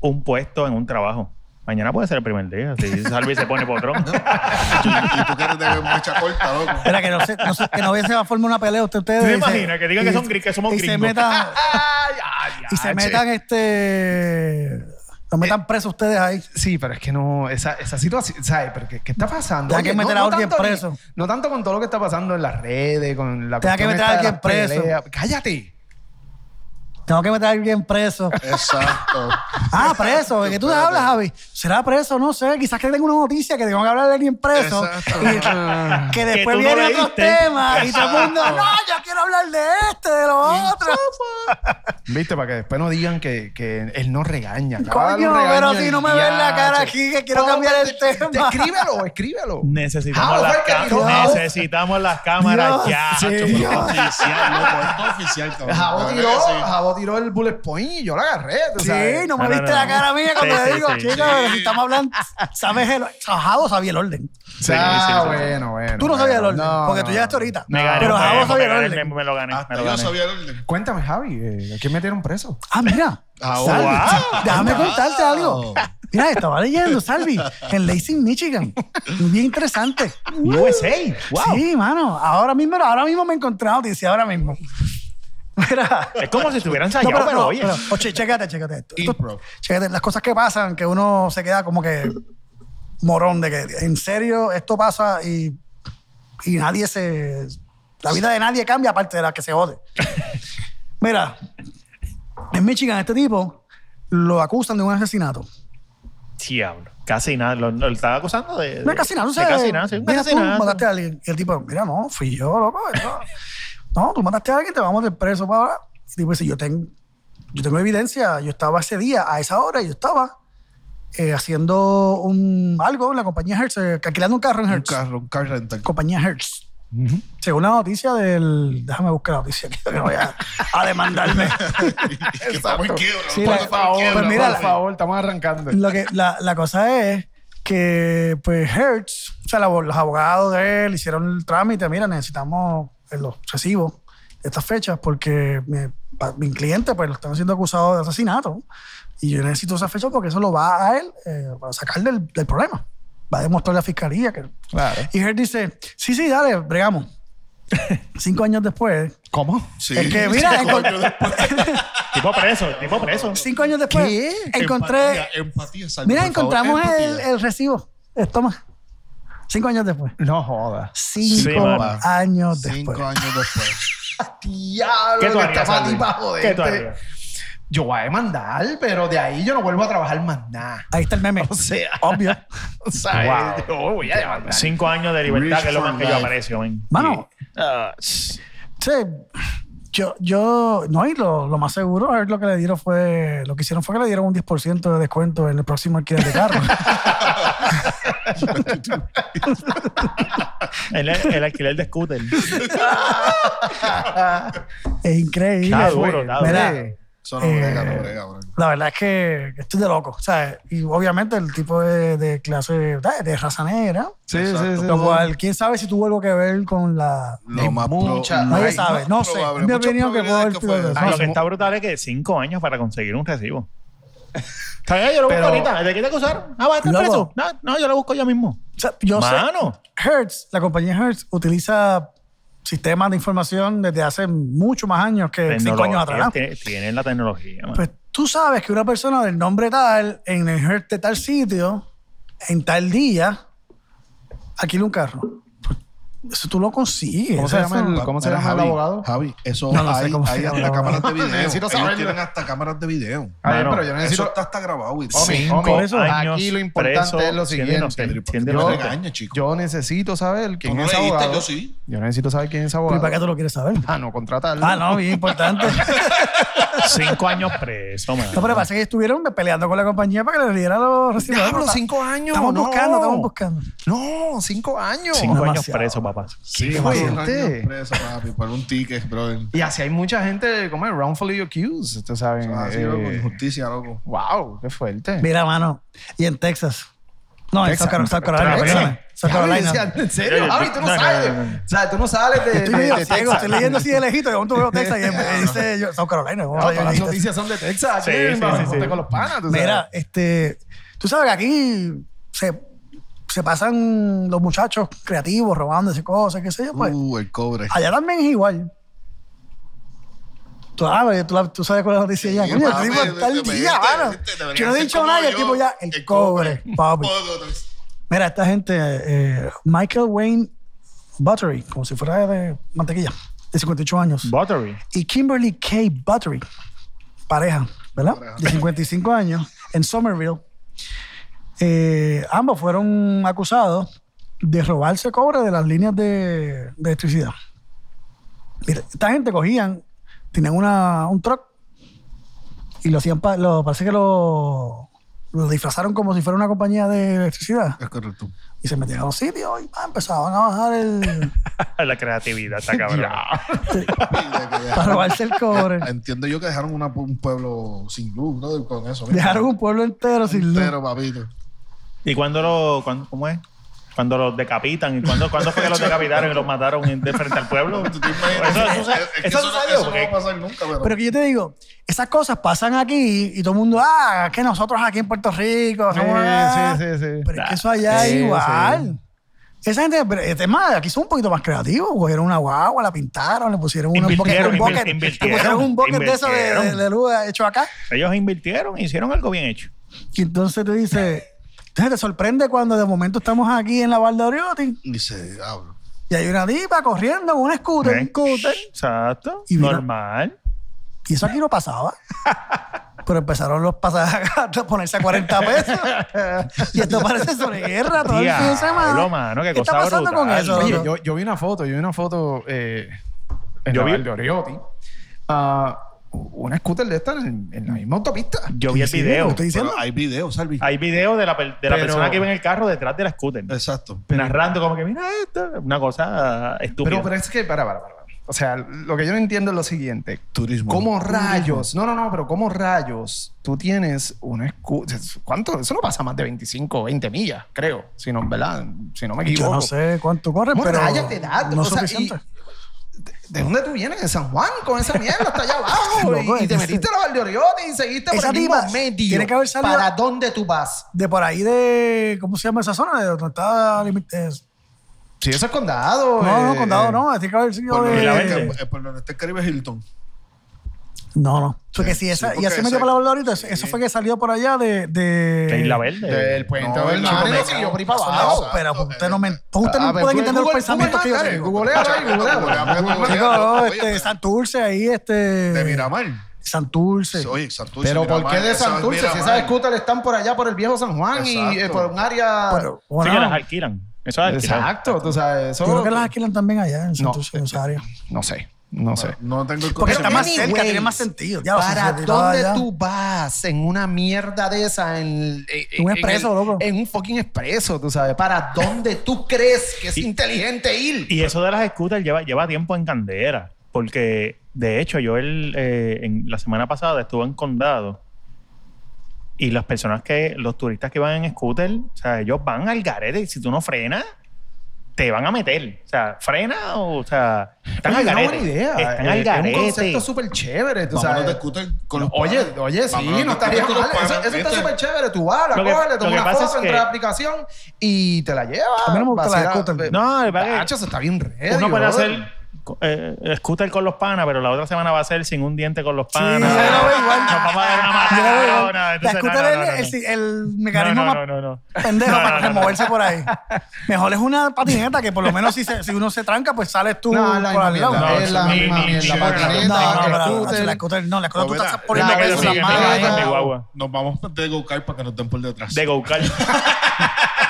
Speaker 3: un puesto en un trabajo. Mañana puede ser el primer día. Si Salvi se pone potrón.
Speaker 5: cabeza. Y tú quieres de mecha corta, loco.
Speaker 2: Mira, que no, se, no se- que no se va a formar una pelea usted, ustedes.
Speaker 3: ¿Tú te
Speaker 2: y se-
Speaker 3: imaginas? Que digan que
Speaker 2: y-
Speaker 3: son gris- que somos
Speaker 2: y se
Speaker 3: gringos.
Speaker 2: metan-
Speaker 1: Ay, ay,
Speaker 2: y se
Speaker 1: diache.
Speaker 2: metan este... Los metan presos ustedes ahí.
Speaker 1: Sí, pero es que no, esa, esa situación, ¿sabes? Pero ¿qué, qué está pasando?
Speaker 2: Tenga que
Speaker 1: Oye,
Speaker 2: meter a alguien
Speaker 1: tanto ni-
Speaker 2: preso.
Speaker 1: no tanto con todo lo que está pasando en las redes, con la
Speaker 2: Tenga que
Speaker 1: cuestión
Speaker 2: meter
Speaker 1: esta de
Speaker 2: a alguien
Speaker 1: las
Speaker 2: preso.
Speaker 1: peleas. Cállate.
Speaker 2: Tengo que meter a alguien preso.
Speaker 5: Exacto.
Speaker 2: Ah, preso. ¿De qué tú te hablas, Javi? ¿Será preso? No sé. Quizás que tengo una noticia que tengo que hablar de alguien preso.
Speaker 5: Exacto.
Speaker 2: Que después
Speaker 3: tú no
Speaker 2: viene otro
Speaker 3: leíste.
Speaker 2: tema y todo el mundo, no, yo quiero hablar de este, de lo otro.
Speaker 1: Viste, para que después no digan que, que él no regaña. Cada vez
Speaker 2: Coño,
Speaker 1: lo regaña
Speaker 2: pero
Speaker 1: y
Speaker 2: si no me ven la cara
Speaker 1: diache.
Speaker 2: aquí, que quiero
Speaker 1: No,
Speaker 2: cambiar el
Speaker 1: pero
Speaker 2: tema.
Speaker 1: Escríbelo, escríbelo.
Speaker 3: Necesitamos,
Speaker 1: Ah,
Speaker 3: las,
Speaker 1: fue que
Speaker 3: ca-
Speaker 1: dijo, ah,
Speaker 3: necesitamos las cámaras
Speaker 2: Dios,
Speaker 3: ya.
Speaker 2: sí.
Speaker 5: Chacho, pero esto es oficial, loco. Esto es oficial, cabrón.
Speaker 1: Jabo
Speaker 5: De
Speaker 1: tiró,
Speaker 5: verdad que sí.
Speaker 1: Jabo tiró el bullet point y yo la agarré. ¿tú
Speaker 2: Sí,
Speaker 1: sabes?
Speaker 2: no me
Speaker 3: No, no,
Speaker 2: viste
Speaker 3: no.
Speaker 2: la cara mía cuando
Speaker 3: Sí,
Speaker 2: le
Speaker 3: sí,
Speaker 2: digo,
Speaker 3: sí,
Speaker 2: chicos,
Speaker 5: sí.
Speaker 2: si estamos hablando, sabes el Jabo sabía el orden.
Speaker 3: Sí,
Speaker 1: ah,
Speaker 3: sí, sí, sí.
Speaker 1: bueno, bueno.
Speaker 2: Tú no sabías el orden,
Speaker 1: No,
Speaker 2: porque tú
Speaker 1: no,
Speaker 2: llegaste
Speaker 1: no.
Speaker 2: ahorita.
Speaker 3: Me gané.
Speaker 2: pero
Speaker 3: me
Speaker 2: Jabo
Speaker 3: gané,
Speaker 2: sabía el
Speaker 3: me gané,
Speaker 2: orden.
Speaker 3: Me, me lo gané.
Speaker 5: Hasta
Speaker 3: me lo
Speaker 5: yo
Speaker 3: gané.
Speaker 5: sabía el orden.
Speaker 1: Cuéntame, Javi, eh, ¿a quién metieron preso?
Speaker 2: Ah, mira.
Speaker 5: Ahora.
Speaker 2: Salvi,
Speaker 3: Wow.
Speaker 2: Déjame contarte
Speaker 5: Wow.
Speaker 2: algo. Mira, estaba leyendo, Salvi, en Lansing, Michigan. Bien interesante.
Speaker 3: USA. Wow.
Speaker 2: Sí, mano. Ahora mismo, ahora mismo me encontré la noticia, ahora mismo. Mira.
Speaker 3: Es como si estuvieran
Speaker 2: No,
Speaker 3: ensayado,
Speaker 2: pero,
Speaker 3: pero,
Speaker 2: no,
Speaker 3: oye.
Speaker 2: pero- oye, chécate, chécate esto. Esto-
Speaker 5: Improv.
Speaker 2: chécate las cosas que pasan, que uno se queda como que morón de que en serio esto pasa y, y nadie se... La vida de nadie cambia aparte de la que se jode. Mira, en Michigan este tipo lo acusan de un asesinato.
Speaker 3: Diablo. Casi nada. Lo, lo estaba acusando de.
Speaker 2: No es casi nada, tú
Speaker 3: de
Speaker 2: sabes.
Speaker 3: casi nada, sí, un
Speaker 2: mira, tú
Speaker 3: asesinato.
Speaker 2: mataste a alguien. Y el tipo, mira, no, fui yo, loco. eso- No, tú mataste a alguien, te vamos del preso para ahora. Y el tipo dice, yo tengo, yo tengo evidencia. Yo estaba ese día, a esa hora, yo estaba eh, haciendo un, algo en la compañía Hertz, eh, alquilando un carro en
Speaker 5: Un
Speaker 2: Hertz.
Speaker 5: carro, un car rental.
Speaker 2: Compañía Hertz. Según la noticia del... Déjame buscar la noticia aquí, que no voy a, a demandarme.
Speaker 5: Que estamos en quiebra.
Speaker 2: Sí,
Speaker 5: por
Speaker 2: la-
Speaker 5: favor,
Speaker 2: pues
Speaker 5: quiebra.
Speaker 2: mira,
Speaker 1: por favor, estamos
Speaker 5: Pues,
Speaker 1: arrancando.
Speaker 2: Lo que, la, la cosa es que, pues, Hertz, o sea, la- los abogados de él hicieron el trámite. Mira, necesitamos en los recibos de estas fechas porque mi, pa- mi cliente, pues, lo están siendo acusado de asesinato. Y yo necesito esa fecha porque eso lo va a él eh, para sacar del, del problema. Va a demostrar la fiscalía que.
Speaker 1: Claro.
Speaker 2: Y Hertz dice: Sí, sí, dale, bregamos. Cinco años después.
Speaker 1: ¿Cómo?
Speaker 5: Sí.
Speaker 2: Es que, mira,
Speaker 5: Sí,
Speaker 2: encon-
Speaker 5: coño, después-
Speaker 3: Tipo preso, tipo preso.
Speaker 2: Cinco años después, encontré.
Speaker 5: Empatía, empatía, Salvi,
Speaker 2: Mira,
Speaker 5: por favor,
Speaker 2: encontramos el,
Speaker 5: empatía.
Speaker 2: el recibo. Eh, Toma. Cinco años después.
Speaker 1: No jodas.
Speaker 2: Cinco
Speaker 3: mano.
Speaker 2: años después.
Speaker 5: Cinco años después.
Speaker 1: Diablo,
Speaker 3: ¿Qué tú
Speaker 1: que
Speaker 3: harías,
Speaker 1: estamos
Speaker 3: Salvi?
Speaker 1: aquí para joderte.
Speaker 2: este,
Speaker 3: ¿Qué tú harías?
Speaker 1: este. Yo voy a demandar, pero de ahí yo no vuelvo a trabajar más nada.
Speaker 2: Ahí está el meme.
Speaker 1: O sea,
Speaker 2: Obvio.
Speaker 1: o sea,
Speaker 3: Wow.
Speaker 1: yo voy a demandar.
Speaker 3: Este Cinco años de libertad,
Speaker 5: Rich
Speaker 3: que es lo
Speaker 5: for
Speaker 3: más que yo
Speaker 5: life.
Speaker 3: aprecio, man.
Speaker 2: Mano. Sí. Yo, yo, no, y lo, lo más seguro es lo que le dieron fue, lo que hicieron fue que le dieron un 10% de descuento en el próximo alquiler de carro.
Speaker 3: El, el alquiler de scooter.
Speaker 2: es increíble.
Speaker 3: Está duro, está duro.
Speaker 2: Mira,
Speaker 5: Eso no
Speaker 2: Eh,
Speaker 5: brega, no brega, bro.
Speaker 2: La verdad es que estoy de loco, ¿sabes? Y obviamente el tipo de, de clase de, de raza negra,
Speaker 1: Sí,
Speaker 5: Exacto.
Speaker 1: sí, sí.
Speaker 2: lo cual, quién sabe si tuvo algo que ver con la...
Speaker 5: Lo
Speaker 1: Hay
Speaker 5: más pro-
Speaker 1: mucha-
Speaker 5: lo
Speaker 1: Nadie
Speaker 5: más
Speaker 2: sabe, no sé.
Speaker 5: probable,
Speaker 2: Es mi
Speaker 5: muchas
Speaker 2: opinión que puedo
Speaker 5: probabilidades
Speaker 2: haber sido
Speaker 5: fue
Speaker 2: de
Speaker 5: eso.
Speaker 3: Ah,
Speaker 1: Ay,
Speaker 3: lo que
Speaker 1: mu-
Speaker 3: está brutal es que cinco años para conseguir un recibo. Está bien, yo lo
Speaker 1: Pero-
Speaker 3: busco ahorita. ¿De qué te acusaron? Ah, va a estar
Speaker 2: Loco.
Speaker 3: preso. No, no, yo lo busco yo mismo.
Speaker 2: o sea, yo sé,
Speaker 3: Mano.
Speaker 2: Hertz, la compañía Hertz, utiliza sistemas de información desde hace mucho más años que Eh, cinco años
Speaker 3: tecnología,
Speaker 2: atrás.
Speaker 3: tiene- Tienen la tecnología. mano.
Speaker 2: Pues tú sabes que una persona del nombre tal, en el Hertz de tal sitio, en tal día, alquila un carro. Pues, Eso tú lo consigues.
Speaker 1: ¿Cómo se
Speaker 2: Eso-
Speaker 1: llama el- ¿Cómo se
Speaker 5: Mira,
Speaker 1: llama el
Speaker 5: Javi,
Speaker 1: abogado?
Speaker 5: Javi, eso
Speaker 2: No, no sé
Speaker 5: hay,
Speaker 2: cómo se
Speaker 5: hay
Speaker 2: llama el
Speaker 5: hasta cámaras
Speaker 2: abogado.
Speaker 5: de video.
Speaker 1: Necesito
Speaker 5: Ellos
Speaker 1: saberlo.
Speaker 5: tienen hasta cámaras de video.
Speaker 1: A ver,
Speaker 3: Mano,
Speaker 1: pero yo
Speaker 5: Eso
Speaker 1: necesito.
Speaker 5: está hasta grabado. y-
Speaker 1: Homie,
Speaker 5: Sí.
Speaker 1: homie,
Speaker 3: Cinco
Speaker 1: aquí
Speaker 3: años
Speaker 1: lo importante
Speaker 3: preso,
Speaker 1: es lo
Speaker 3: siendo
Speaker 1: siguiente.
Speaker 3: inocente, siendo
Speaker 5: No
Speaker 1: Yo,
Speaker 5: me
Speaker 3: inocente.
Speaker 5: regañes, chico.
Speaker 1: yo necesito saber
Speaker 5: Tú
Speaker 1: quién
Speaker 5: no
Speaker 1: es
Speaker 5: leíste,
Speaker 1: abogado.
Speaker 5: yo sí.
Speaker 1: Yo necesito saber quién es
Speaker 2: ¿Y para
Speaker 1: abogado.
Speaker 2: qué tú lo quieres saber?
Speaker 1: Ah, no, contratarlo.
Speaker 2: Ah, no, bien importante.
Speaker 3: Cinco años preso, mano.
Speaker 2: No, pero pasa que estuvieron peleando con la compañía para que le dieran los recibos.
Speaker 1: Diablo,
Speaker 2: Está-
Speaker 1: cinco años.
Speaker 2: Estamos
Speaker 1: no.
Speaker 2: buscando, estamos buscando.
Speaker 1: No, cinco años.
Speaker 3: Cinco años
Speaker 2: Demasiado.
Speaker 3: preso, papá.
Speaker 5: Sí,
Speaker 1: Qué
Speaker 5: fueron
Speaker 1: fuerte.
Speaker 5: años presos, papi, por un ticket, brother.
Speaker 1: Y así hay mucha gente, como es? Wrongfully accused, ¿tú sabes?
Speaker 5: Eso es así,
Speaker 1: Eh,
Speaker 5: loco, injusticia, loco.
Speaker 1: wow, qué fuerte.
Speaker 2: Mira, mano. Y en Texas. No, en
Speaker 1: Texas.
Speaker 2: South Carolina. South Carolina,
Speaker 1: Texas.
Speaker 2: perdóname. South
Speaker 1: Javi,
Speaker 2: Carolina.
Speaker 1: decía, En serio,
Speaker 3: Yo-
Speaker 1: Javi, tú no
Speaker 3: no, no,
Speaker 1: sales.
Speaker 3: no, no.
Speaker 1: O sea, tú no sales de,
Speaker 2: Estoy
Speaker 1: de-
Speaker 2: medio
Speaker 1: de
Speaker 2: ciego,
Speaker 1: Texas.
Speaker 2: estoy leyendo así de lejito. De momento veo Texas y me dice yo, South Carolina. ¿cómo
Speaker 1: Ah,
Speaker 2: rayos
Speaker 1: las
Speaker 2: dijiste?
Speaker 1: noticias son de Texas.
Speaker 3: Sí,
Speaker 1: aquí,
Speaker 3: sí,
Speaker 1: vamos,
Speaker 3: sí, sí.
Speaker 1: ponte con los panas, tú sabes.
Speaker 2: Mira, este, tú sabes que aquí se, se pasan los muchachos creativos robándose cosas, qué sé yo,
Speaker 1: Mm.
Speaker 2: pues.
Speaker 5: Uh, el cobre.
Speaker 2: Allá también es igual. Tú, ah, pero tú, la- tú sabes cuál es la noticia ya.
Speaker 5: Sí,
Speaker 2: Coño, el
Speaker 5: papi,
Speaker 2: tipo está al
Speaker 5: viste,
Speaker 2: día,
Speaker 5: viste,
Speaker 2: mano.
Speaker 5: viste, debería
Speaker 2: Yo no he
Speaker 5: ser
Speaker 2: dicho
Speaker 5: como
Speaker 2: nada y el
Speaker 5: yo,
Speaker 2: tipo ya, el,
Speaker 5: el
Speaker 2: cobre,
Speaker 5: cobre.
Speaker 2: papi.
Speaker 5: Todo, todo.
Speaker 2: Mira, esta gente, eh, Michael Wayne Buttery, como si fuera de mantequilla, de 58 años.
Speaker 3: Buttery.
Speaker 2: y Kimberly K. Buttery, pareja, ¿verdad? De 55 años, en Somerville. Eh, ambos fueron acusados de robarse cobre de las líneas de, de electricidad. Mira, esta gente cogían, tenían una, un truck y lo hacían, pa- lo, parece que lo, lo disfrazaron como si fuera una compañía de electricidad
Speaker 5: Es correcto.
Speaker 2: y se metían a los sitios y pa, empezaban a bajar el...
Speaker 3: La creatividad está cabrón.
Speaker 2: para robarse el cobre.
Speaker 5: Eh, Entiendo yo que dejaron una- un pueblo sin luz, brother, con eso. mira.
Speaker 2: Dejaron un pueblo entero sin luz.
Speaker 5: Entero, papito.
Speaker 3: ¿Y cuándo lo, cuándo- cómo es? Cuando los decapitan, ¿y cuándo, cuándo fue que los decapitaron y los mataron en- de frente al pueblo?
Speaker 5: ¿Tú te imaginas?
Speaker 3: Eso-
Speaker 5: Es-
Speaker 3: eso sucede-
Speaker 5: es que
Speaker 3: eso
Speaker 5: eso no-
Speaker 3: sucedió,
Speaker 5: eso no va
Speaker 3: porque-
Speaker 5: a pasar nunca, pero-
Speaker 2: Pero que yo te digo, esas cosas pasan aquí y todo el mundo, ah, es que nosotros aquí en Puerto Rico.
Speaker 1: Sí,
Speaker 2: somos, ah".
Speaker 1: sí, sí, sí.
Speaker 2: Pero es que eso allá
Speaker 1: Sí,
Speaker 2: es igual. Esa gente, pero, es más, aquí son un poquito más creativos. Cogieron una guagua, la pintaron, le pusieron un bucket,
Speaker 3: Invirtieron,
Speaker 2: un bucket,
Speaker 3: invir-
Speaker 2: le
Speaker 3: invirtieron,
Speaker 2: pusieron un bucket de eso de,
Speaker 3: invirtieron.
Speaker 2: de- de luz hecho acá.
Speaker 3: Ellos invirtieron y hicieron algo bien hecho.
Speaker 2: Y entonces tú dices, entonces te sorprende cuando de momento estamos aquí en la Valde Oriotti
Speaker 5: Ni se habla.
Speaker 2: y hay una diva corriendo con un scooter,
Speaker 3: ¿Eh?
Speaker 2: un scooter.
Speaker 3: Exacto.
Speaker 2: Y vino-
Speaker 3: Normal.
Speaker 2: Y eso aquí no pasaba. Pero empezaron los pasajes a ponerse a 40 pesos. Y esto parece sobre guerra todo el fin de semana.
Speaker 3: Diablo, mano, qué
Speaker 2: ¿Qué está
Speaker 3: cosa
Speaker 2: pasando
Speaker 3: brutal.
Speaker 2: con eso?
Speaker 1: Oye,
Speaker 2: loco?
Speaker 1: yo, yo vi una foto, yo vi una foto eh, en
Speaker 3: Yo
Speaker 1: la
Speaker 3: vi-
Speaker 1: Val de Oriotti. Ah, una scooter de esta en, en la misma autopista.
Speaker 3: Yo vi el
Speaker 2: Sí, sí, lo
Speaker 3: video.
Speaker 2: que estoy diciendo.
Speaker 5: Pero hay videos, Salvi.
Speaker 3: Hay video de la, per- de la
Speaker 1: Pero-
Speaker 3: persona que iba en el carro detrás de la scooter.
Speaker 5: Exacto.
Speaker 3: narrando como que, mira esto. Una cosa estúpida.
Speaker 1: Pero, pero es que, para, para, para. O sea, lo que yo no entiendo es lo siguiente.
Speaker 5: Turismo.
Speaker 1: ¿Cómo rayos? No, no, no, pero ¿cómo rayos tú tienes una escucha? ¿Cuánto? Eso no pasa más de 25, 20 millas, creo. Si no, ¿verdad? Si no me
Speaker 2: Yo
Speaker 1: equivoco.
Speaker 2: no sé cuánto corre,
Speaker 1: ¿Cómo
Speaker 2: pero
Speaker 1: rayos te da?
Speaker 2: no
Speaker 1: O
Speaker 2: es
Speaker 1: sea, y-
Speaker 2: suficiente.
Speaker 1: ¿De- ¿De dónde tú vienes? ¿De San Juan? Con esa mierda hasta allá abajo.
Speaker 2: Loco,
Speaker 1: y, y te
Speaker 2: es que-
Speaker 1: metiste a la Valdeoriotti y seguiste por
Speaker 2: Esa
Speaker 1: el mismo
Speaker 2: tipa
Speaker 1: medio.
Speaker 2: tiene que haber salido-
Speaker 1: ¿Para dónde tú vas?
Speaker 2: De por ahí de... ¿Cómo se llama esa zona? De donde está... límite- es-
Speaker 1: Si eso es condado.
Speaker 2: No, no,
Speaker 1: eh,
Speaker 2: condado no. este Tiene que haber
Speaker 5: Por
Speaker 2: sido
Speaker 5: donde
Speaker 3: Y la vende.
Speaker 2: de...
Speaker 5: está- eh, por donde está el Caribe Hilton.
Speaker 2: No, no. Porque si
Speaker 5: Sí,
Speaker 2: esa... Y
Speaker 5: porque
Speaker 2: así me
Speaker 5: ese-
Speaker 2: dio palabra ahorita. Eso fue que salió por allá de...
Speaker 3: la
Speaker 2: eh, De
Speaker 3: Isla Verde.
Speaker 1: Del puente
Speaker 5: Eh, No,
Speaker 1: del
Speaker 5: el Chico
Speaker 1: mar.
Speaker 5: Mecao.
Speaker 1: No, siguió por ahí para
Speaker 2: Ah, No,
Speaker 1: abajo.
Speaker 2: pero
Speaker 5: exacto.
Speaker 2: usted no me...
Speaker 3: Ah,
Speaker 1: A
Speaker 2: Usted
Speaker 1: ver, Ah,
Speaker 2: no pueden
Speaker 1: pues Google-
Speaker 2: entender los
Speaker 1: Google-
Speaker 2: pensamientos que yo
Speaker 1: Google,
Speaker 2: tengo.
Speaker 1: Googlea,
Speaker 5: Chacho,
Speaker 1: googlea,
Speaker 5: googlea,
Speaker 1: googlea.
Speaker 5: googlea.
Speaker 2: Chicos,
Speaker 5: Oye,
Speaker 2: este,
Speaker 5: pero-
Speaker 2: Santurce ahí, este.
Speaker 5: De Miramar.
Speaker 2: Santurce.
Speaker 5: Oye, Santurce.
Speaker 1: Pero ¿por qué
Speaker 5: Miramar,
Speaker 1: de
Speaker 5: esa es
Speaker 1: Santurce? Si
Speaker 5: Miramar.
Speaker 1: esas scooters están por allá, por el viejo San Juan y
Speaker 5: Exacto.
Speaker 1: eh, por un área...
Speaker 2: Ah, Pero,
Speaker 3: Sí,
Speaker 2: bueno,
Speaker 3: que las alquilan. Eso es alquilar.
Speaker 1: Exacto, tú sabes. Eso,
Speaker 2: yo creo que las alquilan también allá en Santurce,
Speaker 1: eh,
Speaker 2: en esa área.
Speaker 1: No sé, no sé.
Speaker 5: No tengo el
Speaker 2: Porque está más
Speaker 5: conocimiento.
Speaker 2: cerca,
Speaker 1: Anyways,
Speaker 2: tiene más sentido. Ya,
Speaker 1: ¿Para
Speaker 2: si se tiraba
Speaker 1: dónde
Speaker 2: allá.
Speaker 1: tú vas en una mierda de esa? En, eh,
Speaker 2: En un
Speaker 1: en
Speaker 2: expreso,
Speaker 1: el-
Speaker 2: loco.
Speaker 1: En un fucking expreso, tú sabes. ¿Para dónde tú crees que es inteligente ir?
Speaker 3: Y eso de las scooters lleva, lleva tiempo en candera. Porque, de hecho, yo el, eh, en, la semana pasada estuve en Condado y las personas que, los turistas que van en scooter, o sea, ellos van al garete y si tú no frenas, te van a meter. O sea, frena o, o sea, están al
Speaker 1: Oye,
Speaker 3: garete.
Speaker 1: Es una buena idea. eh,
Speaker 2: Eh,
Speaker 3: Están
Speaker 1: Es-
Speaker 3: al garete.
Speaker 1: Es un concepto súper chévere. Tú
Speaker 5: Vámonos de
Speaker 1: sabes.
Speaker 5: scooter con los
Speaker 1: Oye,
Speaker 5: padres.
Speaker 1: oye, sí,
Speaker 5: Vámonos
Speaker 1: no
Speaker 5: de
Speaker 1: estaría
Speaker 5: scooter con los
Speaker 1: mal. Eso,
Speaker 5: padres,
Speaker 1: eso está
Speaker 5: ¿viste?
Speaker 1: súper chévere. Tú vas, la
Speaker 3: Lo que-
Speaker 1: coges, le
Speaker 3: lo que
Speaker 1: tomas una
Speaker 3: pasa
Speaker 1: foto
Speaker 3: es
Speaker 1: entre la
Speaker 3: que-
Speaker 1: aplicación y te la llevas.
Speaker 2: A mí no me gusta la
Speaker 1: Vacila-
Speaker 2: scooter.
Speaker 3: No, el bagage-
Speaker 1: Tacho, eso está bien ready.
Speaker 3: Uno puede
Speaker 1: brother.
Speaker 3: hacer eh, scooter con los panas, pero la otra semana va a ser sin un diente con los
Speaker 2: Sí,
Speaker 3: panas.
Speaker 2: yo lo veo igual.
Speaker 3: Nos vamos a dar una
Speaker 2: Yo lo veo.
Speaker 3: maratona.
Speaker 2: La
Speaker 3: Entonces,
Speaker 2: scooter
Speaker 3: no, no, no,
Speaker 2: es
Speaker 3: no.
Speaker 2: el, el mecanismo
Speaker 3: no,
Speaker 2: más
Speaker 3: no, no, no, no.
Speaker 2: pendejo
Speaker 3: No, no,
Speaker 2: para
Speaker 3: no, no.
Speaker 2: removerse por ahí. Mejor es una patineta que por lo menos si, se- si uno se tranca, pues sales tú
Speaker 1: No, es la
Speaker 2: por
Speaker 1: misma
Speaker 2: al lado.
Speaker 1: mierda.
Speaker 3: No,
Speaker 1: es la
Speaker 3: ni-
Speaker 1: misma
Speaker 3: ni
Speaker 1: mierda.
Speaker 5: chévere.
Speaker 1: Patineta,
Speaker 2: No, no, pero
Speaker 1: scooter.
Speaker 2: la scooter, no, la scooter tú
Speaker 5: Mira,
Speaker 2: estás poniendo
Speaker 1: la que
Speaker 2: peso en
Speaker 1: sigue,
Speaker 2: las
Speaker 1: mira,
Speaker 2: manos.
Speaker 1: mira, mira.
Speaker 5: Nos vamos de go-kart para que nos den por detrás.
Speaker 3: De go-kart.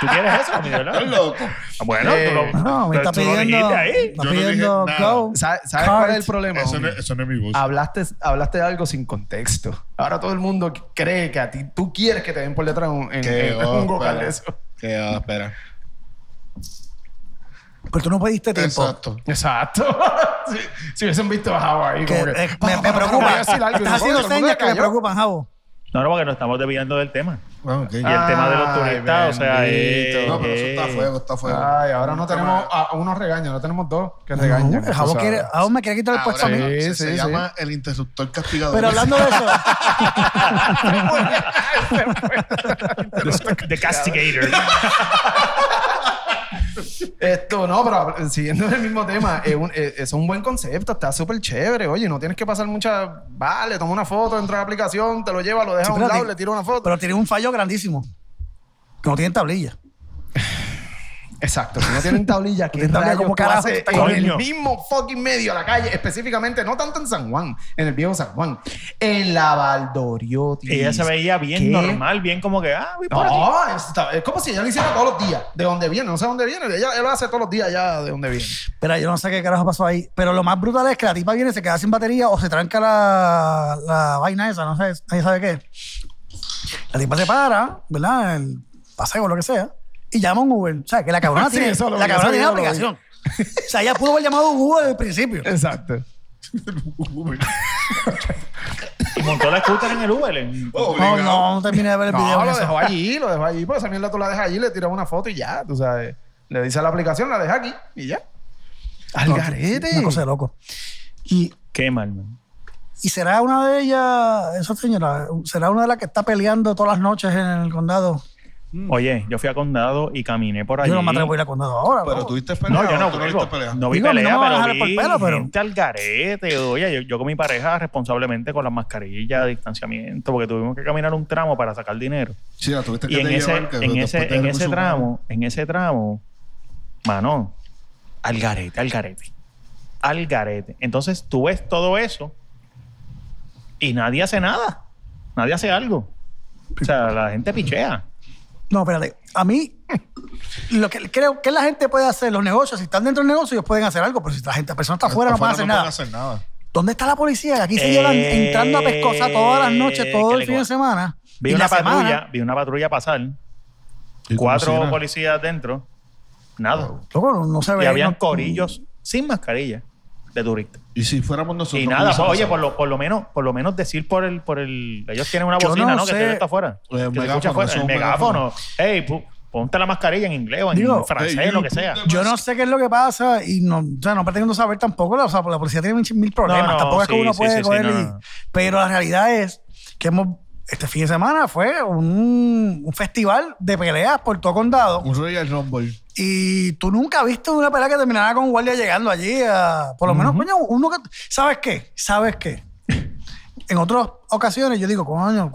Speaker 3: ¿Tú quieres eso, mi verdad? Ah,
Speaker 5: Estás loco.
Speaker 3: Bueno,
Speaker 1: Eh,
Speaker 3: tú lo,
Speaker 2: No, me
Speaker 3: tú-
Speaker 2: está
Speaker 3: tú lo
Speaker 2: pidiendo,
Speaker 3: dijiste ahí.
Speaker 2: está
Speaker 5: Yo no dije
Speaker 2: pidiendo
Speaker 5: nada.
Speaker 2: go.
Speaker 1: ¿Sabes sabes cuál es el
Speaker 2: Cart.
Speaker 1: problema?
Speaker 5: Eso no,
Speaker 1: hombre? Ah,
Speaker 5: eso no es mi voz.
Speaker 1: Hablaste, hablaste de algo sin contexto. Ahora todo el mundo cree que a ti tú quieres que te den por detrás un, en,
Speaker 5: Qué
Speaker 1: en-
Speaker 5: va,
Speaker 1: un go-kart
Speaker 5: espera.
Speaker 1: de eso.
Speaker 5: Que, ah, espera.
Speaker 2: Pero tú no pediste tiempo.
Speaker 5: Exacto.
Speaker 1: Exacto. si, si hubiesen visto a Howard ahí,
Speaker 2: Que,
Speaker 1: como que, "Ah,
Speaker 2: eh, me, me preocupa. Estás haciendo señas que me preocupan, Javo.
Speaker 3: No, no, porque nos estamos desviando del tema.
Speaker 5: Bueno, ok.
Speaker 3: Y el tema de los
Speaker 1: Ay,
Speaker 3: turistas, o sea,
Speaker 1: bendito.
Speaker 3: eh,
Speaker 5: No, pero eso está a
Speaker 3: eh,
Speaker 5: fuego, está a fuego.
Speaker 1: Ay, ahora no tenemos a unos regaños, ahora tenemos dos que regañan.
Speaker 2: No, Javo
Speaker 1: tú
Speaker 2: quiere,
Speaker 1: sabes.
Speaker 2: Javo me quiere quitar el puesto a
Speaker 5: Ahora,
Speaker 2: mí.
Speaker 1: sí.
Speaker 5: se, se llama el interruptor castigador.
Speaker 2: Pero hablando de eso,
Speaker 3: The eh, Castigator.
Speaker 1: Esto no, pero eh, siguiendo el mismo tema, es un, eh, es un buen concepto, está súper chévere. Oye, no tienes que pasar muchas. Vale, toma una foto, entra a la aplicación, te lo lleva, lo deja
Speaker 2: Sí,
Speaker 1: a un
Speaker 2: espérate.
Speaker 1: lado, le tira una foto.
Speaker 2: pero tiene un fallo grandísimo. No tienen tablilla.
Speaker 1: Exacto, si no tienen tablilla, ¿qué
Speaker 2: tienen tablilla,
Speaker 1: rayos
Speaker 2: ¿cómo
Speaker 1: tú
Speaker 2: carajo
Speaker 1: haces
Speaker 2: está
Speaker 1: en el
Speaker 3: coño?
Speaker 1: mismo fucking medio de la calle? Específicamente, no tanto en San Juan, en el viejo San Juan, en la Valdoriotis.
Speaker 3: Y ella se veía bien
Speaker 1: ¿Qué?
Speaker 3: normal, bien como que, ah, voy por aquí.
Speaker 1: No, está- es como si ella lo hiciera todos los días, de donde viene, no sé dónde viene, ella, ella lo hace todos los días ya de donde viene.
Speaker 2: Pero yo no sé qué carajo pasó ahí. Pero lo más brutal es que la tipa viene, se queda sin batería o se tranca la, la vaina esa, no sé, nadie sabe qué. La tipa se para, ¿verdad? En el paseo o lo que sea, y llama a un Uber. O sea, que la cabrona
Speaker 1: Sí,
Speaker 2: tiene,
Speaker 1: eso lo vi,
Speaker 2: la
Speaker 1: eso
Speaker 2: cabrona
Speaker 1: yo
Speaker 2: tiene
Speaker 1: lo vi.
Speaker 2: aplicación. o sea, ella pudo haber llamado a un Uber desde el principio.
Speaker 1: Exacto.
Speaker 3: Y montó la scooter en el Uber. en-
Speaker 5: Oh,
Speaker 2: No, no, no terminé de ver el video.
Speaker 1: No,
Speaker 2: en
Speaker 1: lo
Speaker 2: eso.
Speaker 1: dejó allí, lo dejó allí, porque esa mierda tú la dejas allí, le tiras una foto y ya, tú sabes. Le dice a la aplicación, la deja aquí y ya. Al
Speaker 2: No,
Speaker 1: garete.
Speaker 2: Una cosa de loco. Y,
Speaker 3: Qué mal, man.
Speaker 2: y será una de ellas, esa señora, será una de las que está peleando todas las noches en el condado.
Speaker 3: Oye, yo fui a Condado y caminé por allí.
Speaker 2: Yo no me atrevo a ir al condado ahora.
Speaker 5: Pero
Speaker 2: ¿no?
Speaker 5: tuviste pelea.
Speaker 3: No, yo no
Speaker 5: ¿Tú
Speaker 3: vuelvo.
Speaker 5: viste pelea?
Speaker 3: No vi
Speaker 2: Digo, a mí no
Speaker 3: pelea,
Speaker 2: me van a
Speaker 3: pero
Speaker 2: dejar por
Speaker 3: vi
Speaker 2: pelo, pero-
Speaker 3: gente al garete. Oye, yo, yo con mi pareja responsablemente con las mascarillas, distanciamiento, porque tuvimos que caminar un tramo para sacar dinero.
Speaker 5: Sí, la tuviste que
Speaker 3: Y en
Speaker 5: te
Speaker 3: ese,
Speaker 5: llevar, que
Speaker 3: en
Speaker 5: después
Speaker 3: ese,
Speaker 5: te
Speaker 3: en
Speaker 5: regresó
Speaker 3: ese
Speaker 5: un-
Speaker 3: tramo, en ese tramo, mano, al garete, al garete, al garete. Entonces tú ves todo eso y nadie hace nada. Nadie hace algo. O sea, la gente pichea.
Speaker 2: No, espérate. A mí, lo que creo que la gente puede hacer, los negocios, si están dentro del negocio, ellos pueden hacer algo, pero si la gente, la persona está afuera, no pueden hacer nada.
Speaker 5: hacer nada.
Speaker 2: ¿Dónde está la policía? Aquí se llevan
Speaker 3: Eh,
Speaker 2: entrando a pescosa todas las noches,
Speaker 3: que
Speaker 2: todo el
Speaker 3: Eh, le
Speaker 2: fin de
Speaker 3: coja.
Speaker 2: semana.
Speaker 3: Vi
Speaker 2: y
Speaker 3: una
Speaker 2: la
Speaker 3: patrulla,
Speaker 2: semana.
Speaker 3: vi una patrulla pasar,
Speaker 5: Y como si
Speaker 3: cuatro
Speaker 5: nada.
Speaker 3: policías dentro, nada.
Speaker 2: Loco, no, no se ve.
Speaker 3: Y habían
Speaker 2: no-
Speaker 3: corillos sin mascarilla de turistas.
Speaker 5: Y si fuéramos nosotros.
Speaker 3: Y nada,
Speaker 5: hubiese
Speaker 3: pues, oye,
Speaker 5: pasado.
Speaker 3: por lo, por lo menos, por lo menos decir por el, por el. Ellos tienen una
Speaker 2: Yo
Speaker 3: bocina,
Speaker 2: no
Speaker 3: ¿no? Que
Speaker 2: sé.
Speaker 3: se está afuera.
Speaker 5: Eh,
Speaker 3: que se escucha
Speaker 5: megáfono,
Speaker 3: afuera.
Speaker 5: eso es
Speaker 3: El
Speaker 5: un
Speaker 3: megáfono. Ey, pu- ponte la mascarilla en inglés o en
Speaker 2: Digo,
Speaker 3: francés,
Speaker 5: hey,
Speaker 3: lo que
Speaker 5: you
Speaker 3: sea.
Speaker 5: put
Speaker 2: Yo no sé qué es lo que pasa y no, o sea, no pretendo saber tampoco. O sea, la policía tiene mil- mil problemas.
Speaker 3: No, no,
Speaker 2: tampoco es que
Speaker 3: sí,
Speaker 2: uno
Speaker 3: sí,
Speaker 2: puede
Speaker 3: sí, sí,
Speaker 2: coger
Speaker 3: no,
Speaker 2: y-
Speaker 3: no.
Speaker 2: Pero la realidad es que hemos. Este fin de semana fue un, un festival de peleas por todo condado.
Speaker 5: Un Royal Rumble.
Speaker 2: Y tú nunca viste una pelea que terminara con un guardia llegando allí a... Por lo menos, coño, uno que... ¿Sabes qué? ¿Sabes qué? En otras ocasiones yo digo, coño,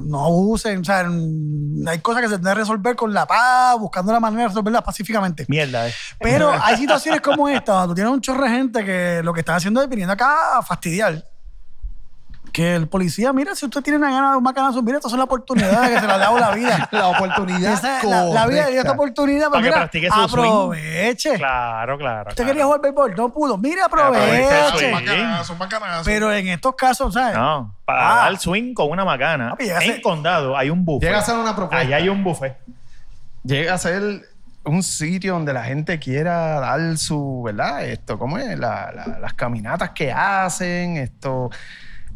Speaker 2: no abusen. O sea, en- hay cosas que se tienen que resolver con la paz, buscando la manera de resolverlas pacíficamente.
Speaker 3: Mierda, eh.
Speaker 2: Pero hay situaciones como esta, donde tú tienes un chorro de gente que lo que están haciendo es viniendo acá a fastidiar. Que el policía, mira, si usted tiene una gana de un macanazo, mira, esta es la oportunidad de que se la ha dado la vida.
Speaker 1: La oportunidad.
Speaker 2: Esa- la, la vida dio esta
Speaker 1: correcta.
Speaker 2: oportunidad
Speaker 3: Para que
Speaker 2: mira,
Speaker 3: practique su swing.
Speaker 2: aproveche.
Speaker 3: Claro, claro.
Speaker 2: Usted
Speaker 3: claro.
Speaker 2: quería jugar béisbol, no pudo. Mira,
Speaker 3: Aproveche el
Speaker 5: Son
Speaker 3: Sí.
Speaker 2: aproveche.
Speaker 3: este swing.
Speaker 5: macanazos, macanazos.
Speaker 2: Pero en estos casos, ¿sabes?
Speaker 3: No, para
Speaker 2: Ah.
Speaker 3: dar swing con una macana.
Speaker 2: Papi, llega a
Speaker 3: en
Speaker 2: ser-
Speaker 3: condado hay un buffet.
Speaker 1: Llega a ser una propuesta.
Speaker 3: Allá hay un buffet.
Speaker 1: Llega a ser un sitio donde la gente quiera dar su, ¿verdad? Esto, ¿cómo es? La- la- las caminatas que hacen, esto.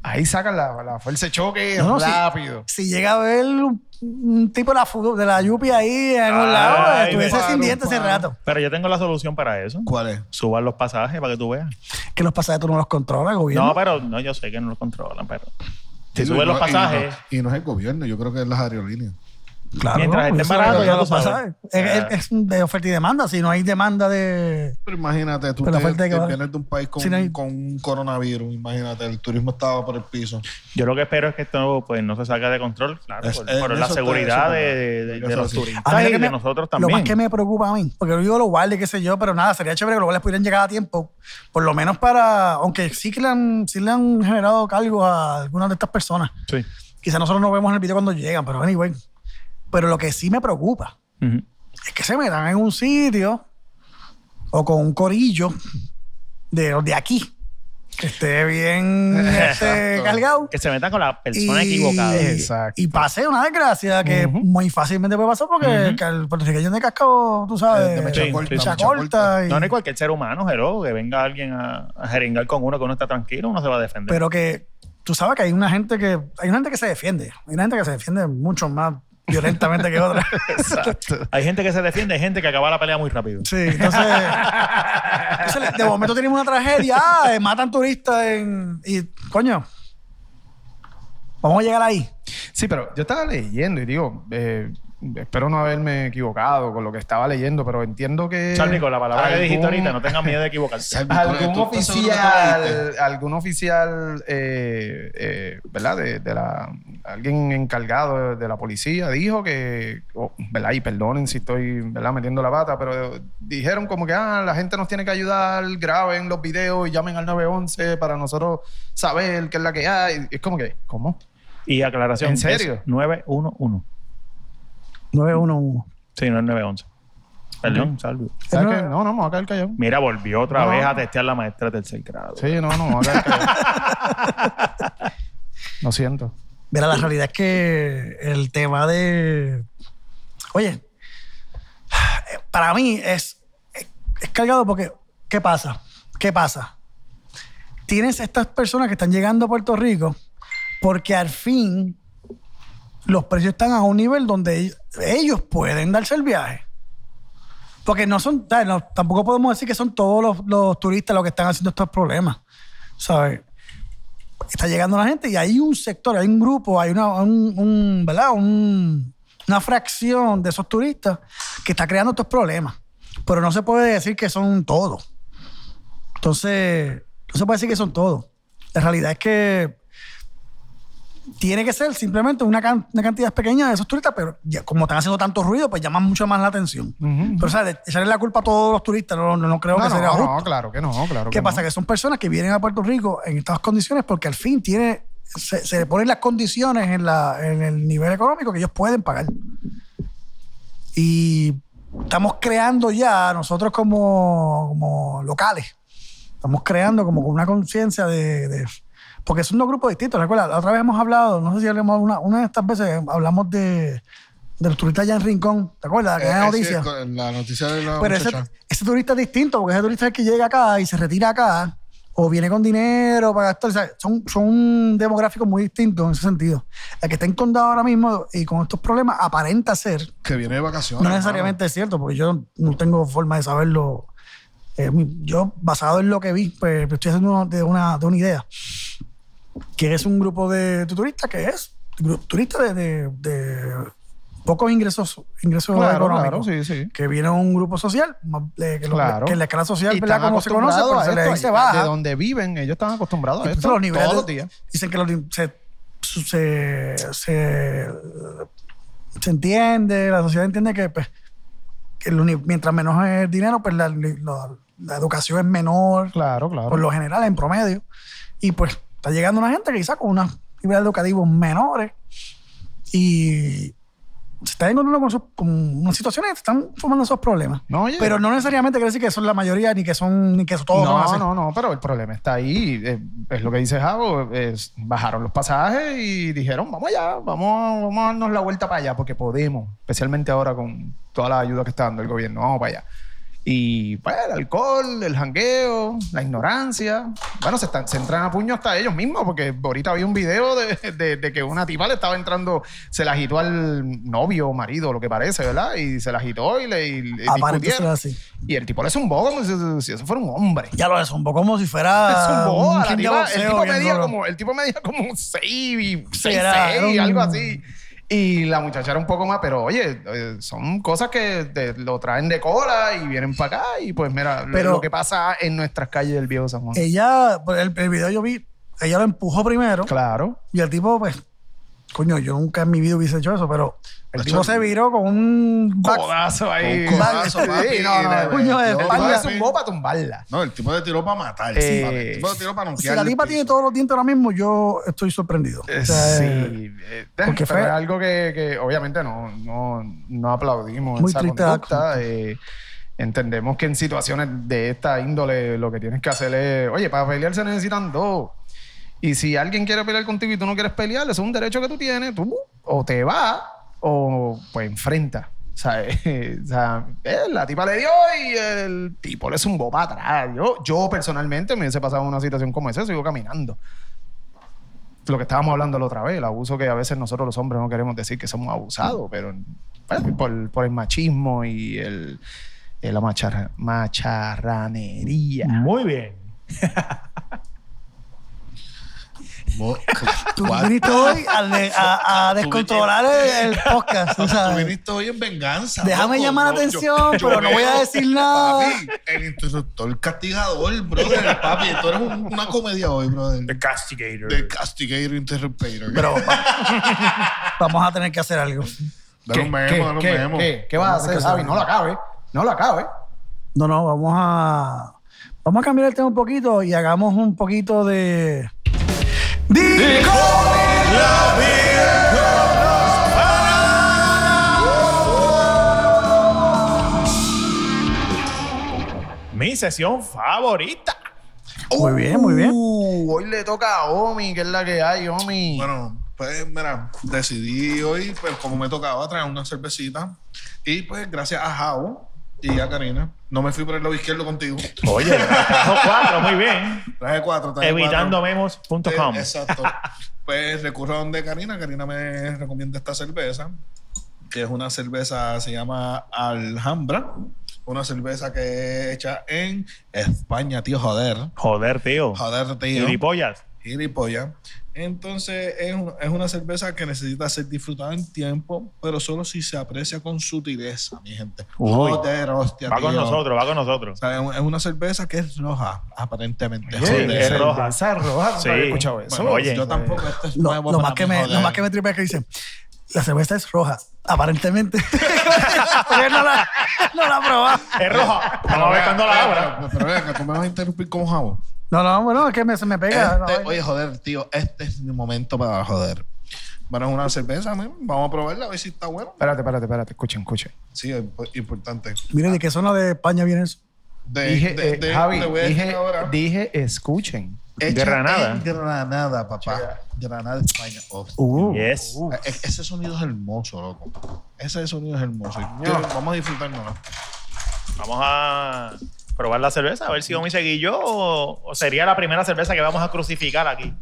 Speaker 1: Ahí sacan la, la fuerza de choque
Speaker 2: No, no, sí.
Speaker 1: rápido.
Speaker 2: Si llega a ver un, un tipo de la, fu- de la Yupi ahí en un
Speaker 3: Ay,
Speaker 2: lado, eh,
Speaker 3: me
Speaker 2: estuviese sin
Speaker 5: paro,
Speaker 2: dientes hace
Speaker 5: paro.
Speaker 2: rato.
Speaker 3: Pero yo tengo la solución para eso.
Speaker 5: ¿Cuál es?
Speaker 3: Suban los pasajes para que tú veas.
Speaker 2: Que los pasajes tú no los controlas, gobierno.
Speaker 3: No, pero no, yo sé que no lo controlan, pero si
Speaker 5: Y
Speaker 3: suben
Speaker 5: no-
Speaker 3: los pasajes,
Speaker 5: Y no, y no es el gobierno, yo creo que es las aerolíneas.
Speaker 2: Claro,
Speaker 3: Mientras estén
Speaker 2: eso es lo que
Speaker 3: baratos, ya
Speaker 2: los
Speaker 3: tú sabes.
Speaker 2: pasajes. Es, es- es de oferta y demanda. Si no hay demanda de.
Speaker 5: Pero imagínate, tú
Speaker 2: Pero
Speaker 5: te,
Speaker 2: falta que
Speaker 5: te
Speaker 2: va-
Speaker 5: vienes de un país con,
Speaker 2: Si no hay-
Speaker 5: con un coronavirus, imagínate, el turismo estaba por el piso.
Speaker 3: yo lo que espero es que esto pues, no se salga de control, claro,
Speaker 5: Es-
Speaker 3: por,
Speaker 5: en
Speaker 3: por
Speaker 5: eso
Speaker 3: la
Speaker 5: está-
Speaker 3: seguridad
Speaker 5: eso-
Speaker 3: de, de- de-
Speaker 5: eso
Speaker 3: de los
Speaker 5: sí.
Speaker 2: A mí
Speaker 3: turistas
Speaker 2: lo
Speaker 3: y
Speaker 2: que
Speaker 3: de
Speaker 2: me-
Speaker 3: nosotros
Speaker 2: Lo más que
Speaker 3: también.
Speaker 2: me preocupa a mí, porque yo digo los guardias, qué sé yo, pero nada, sería chévere que los guardias pudieran llegar a tiempo, por lo menos para, aunque sí que le han, sí le han generado cargos a algunas de estas personas.
Speaker 3: Sí.
Speaker 2: Quizás nosotros no vemos en el video cuando llegan, pero anyway. Pero lo que sí me preocupa
Speaker 3: Ujú.
Speaker 2: es que se metan en un sitio o con un corillo de los de aquí, que esté bien este,
Speaker 5: Exacto.
Speaker 2: cargado.
Speaker 3: Que se metan con la persona equivocada.
Speaker 1: Exacto.
Speaker 2: Y pase una desgracia que
Speaker 1: Ujú.
Speaker 2: muy fácilmente puede pasar porque
Speaker 3: Ujú.
Speaker 2: el que el puertorriqueño de casco, tú sabes,
Speaker 5: Eh, de mecha
Speaker 3: sí,
Speaker 5: corta,
Speaker 3: sí.
Speaker 5: mecha
Speaker 2: mecha
Speaker 5: corta.
Speaker 2: corta. y-
Speaker 3: No, ni cualquier ser humano, hello, que venga alguien a, a jeringar con uno que uno está tranquilo, uno se va a defender.
Speaker 2: pero que tú sabes que hay una gente que hay una gente que se defiende. Hay una gente que se defiende mucho más violentamente que otra.
Speaker 1: Exacto.
Speaker 3: hay gente que se defiende, hay gente que acaba la pelea muy rápido.
Speaker 2: Sí, entonces, entonces, de momento tenemos una tragedia, ah, eh, matan turistas en, y coño, vamos a llegar ahí.
Speaker 1: Sí, pero yo estaba leyendo y digo, eh, espero no haberme equivocado con lo que estaba leyendo, pero entiendo que.
Speaker 3: Charlie, con la palabra que dijiste
Speaker 1: algún-
Speaker 3: ahorita, no tengas miedo de equivocarse.
Speaker 5: Salvi, ¿tú-
Speaker 1: algún
Speaker 5: tú estás seguro que tú la viste?
Speaker 1: oficial, algún oficial, eh, eh, ¿verdad? De, de la, alguien encargado de, de la policía dijo que, oh, ¿verdad? Y perdonen si estoy, ¿verdad? Metiendo la pata, pero dijeron como que, ah, la gente nos tiene que ayudar, graben los videos y llamen al 911 para nosotros saber qué es la que hay. Es como que, ¿cómo?
Speaker 3: Y aclaración.
Speaker 1: ¿En
Speaker 3: es
Speaker 1: serio?
Speaker 3: 911.
Speaker 2: 911.
Speaker 3: Sí, no es 911. Perdón, salvo.
Speaker 1: ¿Sabes
Speaker 2: no-
Speaker 1: qué? No, no, me voy a caer callado.
Speaker 3: Mira, volvió otra
Speaker 1: No.
Speaker 3: vez a testear la maestra de tercer grado.
Speaker 1: Sí, no, no, me voy a caer callado. Lo siento.
Speaker 2: Mira, la realidad es que el tema de. Oye, para mí es, es cargado porque. ¿Qué pasa? ¿Qué pasa? Tienes estas personas que están llegando a Puerto Rico porque al fin los precios están a un nivel donde ellos- ellos pueden darse el viaje. Porque no son. ¿sabes? No, tampoco podemos decir que son todos los, los turistas los que están haciendo estos problemas. ¿Sabes? está llegando la gente y hay un sector, hay un grupo, hay una, un, un, ¿verdad? Un- una fracción de esos turistas que está creando estos problemas. Pero no se puede decir que son todos. Entonces, no se puede decir que son todos. La realidad es que tiene que ser simplemente una, can- una cantidad pequeña de esos turistas, pero ya como están haciendo tanto ruido, pues llaman mucho más la atención.
Speaker 1: Ujú.
Speaker 2: Pero, ¿sabes? Echarle la culpa a todos los turistas no, no- no creo
Speaker 1: No,
Speaker 2: que sea
Speaker 1: no,
Speaker 2: justo.
Speaker 1: no, claro que no, claro que
Speaker 2: ¿Qué pasa?
Speaker 1: no.
Speaker 2: Que son personas que vienen a Puerto Rico en estas condiciones porque al fin tiene, se, se le ponen las condiciones en, la, en el nivel económico que ellos pueden pagar. Y estamos creando ya, nosotros como, como locales, estamos creando como una conciencia de, de- Porque son dos grupos distintos. Recuerda, la otra vez hemos hablado, no sé si hablamos una, una de estas veces, hablamos de, de los turistas allá en Rincón, ¿te acuerdas? Que
Speaker 5: Eh,
Speaker 2: hay
Speaker 5: eh,
Speaker 2: noticias.
Speaker 5: sí, con la noticia de la
Speaker 2: Pero ese,
Speaker 5: Ah, muchacha.
Speaker 2: ese turista es distinto, porque ese turista es el que llega acá y se retira acá, o viene con dinero para gastar. o sea, son, son demográficos muy distintos en ese sentido. El que está en condado ahora mismo y con estos problemas aparenta ser,
Speaker 5: que viene de vacaciones.
Speaker 2: no necesariamente es cierto, porque yo no tengo forma de saberlo. Eh, yo, basado en lo que vi, pues pues, estoy haciendo una- de, una, de una idea. Que es un grupo de, de turistas que es gru- turistas de, de- de pocos ingresos, ingresos
Speaker 1: Claro,
Speaker 2: económicos
Speaker 1: claro, sí, sí.
Speaker 2: que viene un grupo social, más, eh, que, lo-
Speaker 1: Claro.
Speaker 2: que en la escala social,
Speaker 1: Y
Speaker 2: ¿verdad?
Speaker 1: están
Speaker 2: Como se conoce,
Speaker 1: acostumbrados
Speaker 2: pero
Speaker 1: a
Speaker 2: se le
Speaker 1: esto,
Speaker 2: dice
Speaker 1: y De
Speaker 2: baja.
Speaker 1: donde viven, ellos están acostumbrados a
Speaker 2: Entonces,
Speaker 1: esto
Speaker 2: los niveles
Speaker 1: todos los
Speaker 2: de-
Speaker 1: días.
Speaker 2: Dicen que los, ni- se, su- se, se, se entiende, la sociedad entiende que, pues, que lo ni- mientras menos es el dinero, pues la, la- la educación es menor,
Speaker 1: Claro, claro.
Speaker 2: por lo general, en promedio. Y pues está llegando una gente que quizá con unos niveles educativos menores y se está encontrando con, sus- con unas situaciones, están formando esos problemas.
Speaker 1: No, oye.
Speaker 2: Pero no necesariamente quiere decir que son la mayoría, ni que son, ni que son todos. son
Speaker 1: no,
Speaker 2: así.
Speaker 1: no, no, pero el problema está ahí. eh, es lo que dice Javo. es- bajaron los pasajes y dijeron, vamos allá, vamos, vamos a darnos la vuelta para allá, porque podemos, especialmente ahora con toda la ayuda que está dando el gobierno, vamos para allá. Y pues el alcohol, el jangueo, la ignorancia. Bueno, se, están, se entran a puño hasta ellos mismos, porque ahorita vi un video de, de- de que una tipa le estaba entrando, se la agitó al novio o marido, lo que parece, ¿verdad? Y se la agitó y le y, y
Speaker 2: Aparente
Speaker 1: discutieron.
Speaker 2: ser así.
Speaker 1: Y el tipo le zumbó como si, si eso fuera un hombre.
Speaker 2: Ya lo deshumbó como si
Speaker 1: Le
Speaker 2: fuera
Speaker 1: zumbó a la
Speaker 2: ring Ah, de
Speaker 1: tipa.
Speaker 2: boxeo
Speaker 1: el, tipo
Speaker 2: bien
Speaker 1: medía
Speaker 2: duro.
Speaker 1: como, el tipo medía como un 6 y
Speaker 2: era- era un-
Speaker 1: algo así. Y la muchacha era un poco más, pero oye, eh, son cosas que te- lo traen de cola y vienen para acá. Y pues mira, lo-
Speaker 2: Pero- Eh,
Speaker 1: lo que pasa en nuestras calles del viejo San Juan.
Speaker 2: Ella, por el, el video yo vi, ella lo empujó primero
Speaker 1: claro.
Speaker 2: y el tipo, pues, coño, yo nunca en mi vida hubiese hecho eso, pero el
Speaker 5: Hacho,
Speaker 2: tipo se viró con un back-
Speaker 1: Codazo ahí.
Speaker 5: Con codazo,
Speaker 1: Sí,
Speaker 5: papi,
Speaker 1: no, no,
Speaker 5: le-
Speaker 1: el
Speaker 5: le-
Speaker 2: puño de
Speaker 5: no,
Speaker 1: tipo
Speaker 2: espalda.
Speaker 1: le zumbó para tumbarla.
Speaker 5: No, el tipo le tiró para matar.
Speaker 1: Eh,
Speaker 5: papi. el tipo le tiró para
Speaker 2: Si
Speaker 5: anunciar.
Speaker 2: la tipa tiene todos los dientes ahora mismo, yo estoy sorprendido.
Speaker 1: Eh,
Speaker 2: O sea,
Speaker 1: sí, eh, pero
Speaker 2: porque fue-
Speaker 1: es algo que, que obviamente no, no, no aplaudimos
Speaker 2: Muy
Speaker 1: esa
Speaker 2: triste la
Speaker 1: conducta. eh, entendemos que en situaciones de esta índole lo que tienes que hacer es, oye, para pelear se necesitan dos. Y si alguien quiere pelear contigo y tú no quieres pelear, eso es un derecho que tú tienes. Tú o te vas o pues enfrentas. ¿sabes? O sea, eh, la tipa le dio y el tipo le zumbó para atrás. Yo, yo personalmente me hubiese pasado una situación como esa, sigo caminando lo que estábamos hablando la otra vez, el abuso que a veces nosotros los hombres no queremos decir que somos abusados, pero bueno, por, por el machismo y el, eh, la machar- macharranería.
Speaker 3: Muy bien.
Speaker 5: Mo-
Speaker 2: tú
Speaker 5: What?
Speaker 2: viniste hoy a, le- a- a descontrolar el, el podcast. tú
Speaker 5: Tú
Speaker 2: sabes.
Speaker 5: viniste hoy en venganza.
Speaker 2: Déjame
Speaker 5: loco.
Speaker 2: llamar la
Speaker 5: Yo- yo-
Speaker 2: atención, ah.
Speaker 5: yo
Speaker 2: pero no voy a
Speaker 5: veo,
Speaker 2: decir nada.
Speaker 5: Papi, el instructor castigador, brother. Papi, tú eres un- una comedia hoy, brother.
Speaker 3: Castigator.
Speaker 5: De castigator interruptor.
Speaker 2: Pero va- vamos a tener que hacer algo.
Speaker 5: Dale un memo, dale un
Speaker 1: qué,
Speaker 5: memo.
Speaker 1: qué- qué vas a hacer, Javi? No lo acabe, no lo acabe.
Speaker 2: No, no, vamos a. Vamos a cambiar el tema un poquito y hagamos un poquito de. ¡Digo!
Speaker 3: Mi sesión favorita.
Speaker 2: Muy bien, muy bien.
Speaker 1: Uh, hoy le toca a Omi, que es la que hay, Omi.
Speaker 5: Bueno, pues mira, decidí hoy, pues como me tocaba, traer una cervecita. Y pues gracias a Jao y a Karina, no me fui por el lado izquierdo contigo.
Speaker 3: Oye, trajo cuatro, muy bien.
Speaker 5: Traje cuatro, traje cuatro. Eh,
Speaker 3: Evitandomemos.com.
Speaker 5: Exacto. pues recurro a donde Karina. Karina me recomienda esta cerveza, que es una cerveza, se llama Alhambra. Una cerveza que es hecha en España, tío, joder.
Speaker 3: Joder, tío.
Speaker 5: Joder, tío.
Speaker 3: Gilipollas.
Speaker 5: gilipollas. Entonces es, un- es una cerveza que necesita ser disfrutada en tiempo, pero solo si se aprecia con sutileza, mi gente.
Speaker 3: Uy.
Speaker 5: Joder, hostia,
Speaker 3: Va con
Speaker 5: tío.
Speaker 3: nosotros, va con nosotros.
Speaker 5: O sea, es un- es una cerveza que es roja, aparentemente.
Speaker 3: Sí,
Speaker 5: Joder.
Speaker 3: es roja.
Speaker 1: Esa es roja,
Speaker 3: Sí.
Speaker 1: no había escuchado eso.
Speaker 5: Bueno,
Speaker 3: Oye.
Speaker 5: yo tampoco. Esto es
Speaker 2: Lo,
Speaker 5: nuevo
Speaker 2: lo
Speaker 5: para
Speaker 2: más que
Speaker 5: mí,
Speaker 2: me,
Speaker 5: joder.
Speaker 2: lo más que me tripea es que dicen: La cerveza es roja. Aparentemente. Porque no la, no la probaba.
Speaker 3: Es roja. Vamos a ver cuando la abra.
Speaker 5: Pero, pero, venga, tú me vas a interrumpir con jabón.
Speaker 2: No, no, bueno, es que me, se me pega. no,
Speaker 5: Este-
Speaker 2: ay.
Speaker 5: oye, joder, tío, este es mi momento para joder. Bueno, es una cerveza, man. vamos a probarla, a ver si está buena.
Speaker 1: Espérate, espérate, espérate, escuchen, escuchen.
Speaker 5: Sí, es importante.
Speaker 2: Mire, ¿de qué zona de España viene eso?
Speaker 5: De,
Speaker 1: Dije,
Speaker 5: de-
Speaker 1: eh,
Speaker 5: de-
Speaker 1: Javi,
Speaker 5: te voy a decir
Speaker 1: dije,
Speaker 5: ahora.
Speaker 1: dije, escuchen.
Speaker 5: Hecha
Speaker 3: Granada.
Speaker 5: en Granada, papá. Granada, España. Oh.
Speaker 1: Uh,
Speaker 3: Yes.
Speaker 1: uh.
Speaker 5: E- Ese sonido es hermoso, loco. Ese sonido es hermoso. Y yo- vamos a disfrutarnos.
Speaker 3: Vamos a probar la cerveza, a ver si Omi seguí yo o, o sería la primera cerveza que vamos a crucificar aquí.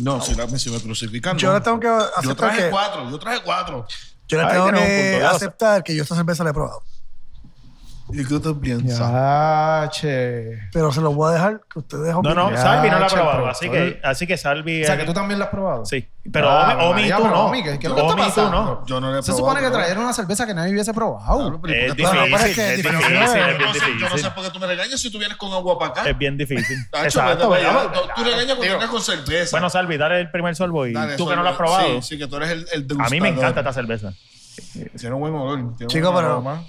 Speaker 5: No, si, la, si me crucifican.
Speaker 2: Yo
Speaker 5: no.
Speaker 2: le tengo que
Speaker 5: Yo
Speaker 2: aceptar
Speaker 5: traje
Speaker 2: que,
Speaker 5: cuatro, yo traje cuatro.
Speaker 2: yo le
Speaker 3: Ahí
Speaker 2: tengo
Speaker 3: tenemos un
Speaker 2: que
Speaker 3: punto, ya lo sé.
Speaker 2: aceptar que yo esta cerveza la he probado.
Speaker 5: ¿Y qué tú piensas?
Speaker 1: Ya, che.
Speaker 2: Pero se los voy a dejar que ustedes
Speaker 3: No,
Speaker 2: opinen.
Speaker 3: no,
Speaker 1: Ya,
Speaker 3: Salvi no la ha
Speaker 1: chaval,
Speaker 3: probado, así que,
Speaker 1: productor.
Speaker 3: así que Salvi.
Speaker 1: O sea,
Speaker 3: es-
Speaker 1: que tú también la has probado.
Speaker 3: Sí, pero
Speaker 1: Ah,
Speaker 3: Omi, Omi,
Speaker 1: María,
Speaker 3: tú
Speaker 1: pero
Speaker 3: no.
Speaker 1: Omi, ¿qué- qué es lo que está
Speaker 3: Omi, tú
Speaker 1: pasando?
Speaker 3: no.
Speaker 5: Yo no le he
Speaker 1: Se
Speaker 5: probado,
Speaker 1: supone que
Speaker 5: pero-
Speaker 1: trajeron una cerveza que nadie hubiese
Speaker 5: Claro,
Speaker 1: probado.
Speaker 5: pero ¿por qué
Speaker 3: Es
Speaker 5: tú-
Speaker 2: pero es
Speaker 3: difícil,
Speaker 2: que
Speaker 3: es
Speaker 2: es
Speaker 5: Pero,
Speaker 3: difícil,
Speaker 5: pero,
Speaker 3: es
Speaker 5: pero, pero,
Speaker 3: bien
Speaker 5: Yo no sé
Speaker 3: difícil.
Speaker 5: por qué tú me regañas si tú vienes con agua para acá.
Speaker 3: Es bien difícil.
Speaker 5: Ah. Tacho,
Speaker 3: Exacto,
Speaker 5: vete para allá.
Speaker 3: ¿verdad?
Speaker 5: Tú- Tú regañas cuando
Speaker 1: Tío.
Speaker 5: vienes con cerveza.
Speaker 3: Bueno, Salvi, dale el primer sorbo y
Speaker 5: Dale,
Speaker 3: tú
Speaker 5: eso,
Speaker 3: que no la has
Speaker 5: sí,
Speaker 3: probado.
Speaker 5: Sí, que tú eres el, el
Speaker 3: A mí me encanta
Speaker 5: degustador.
Speaker 3: esta cerveza.
Speaker 5: Tiene un buen olor. tiene
Speaker 2: Chico,
Speaker 5: buen
Speaker 2: pero-
Speaker 5: aroma.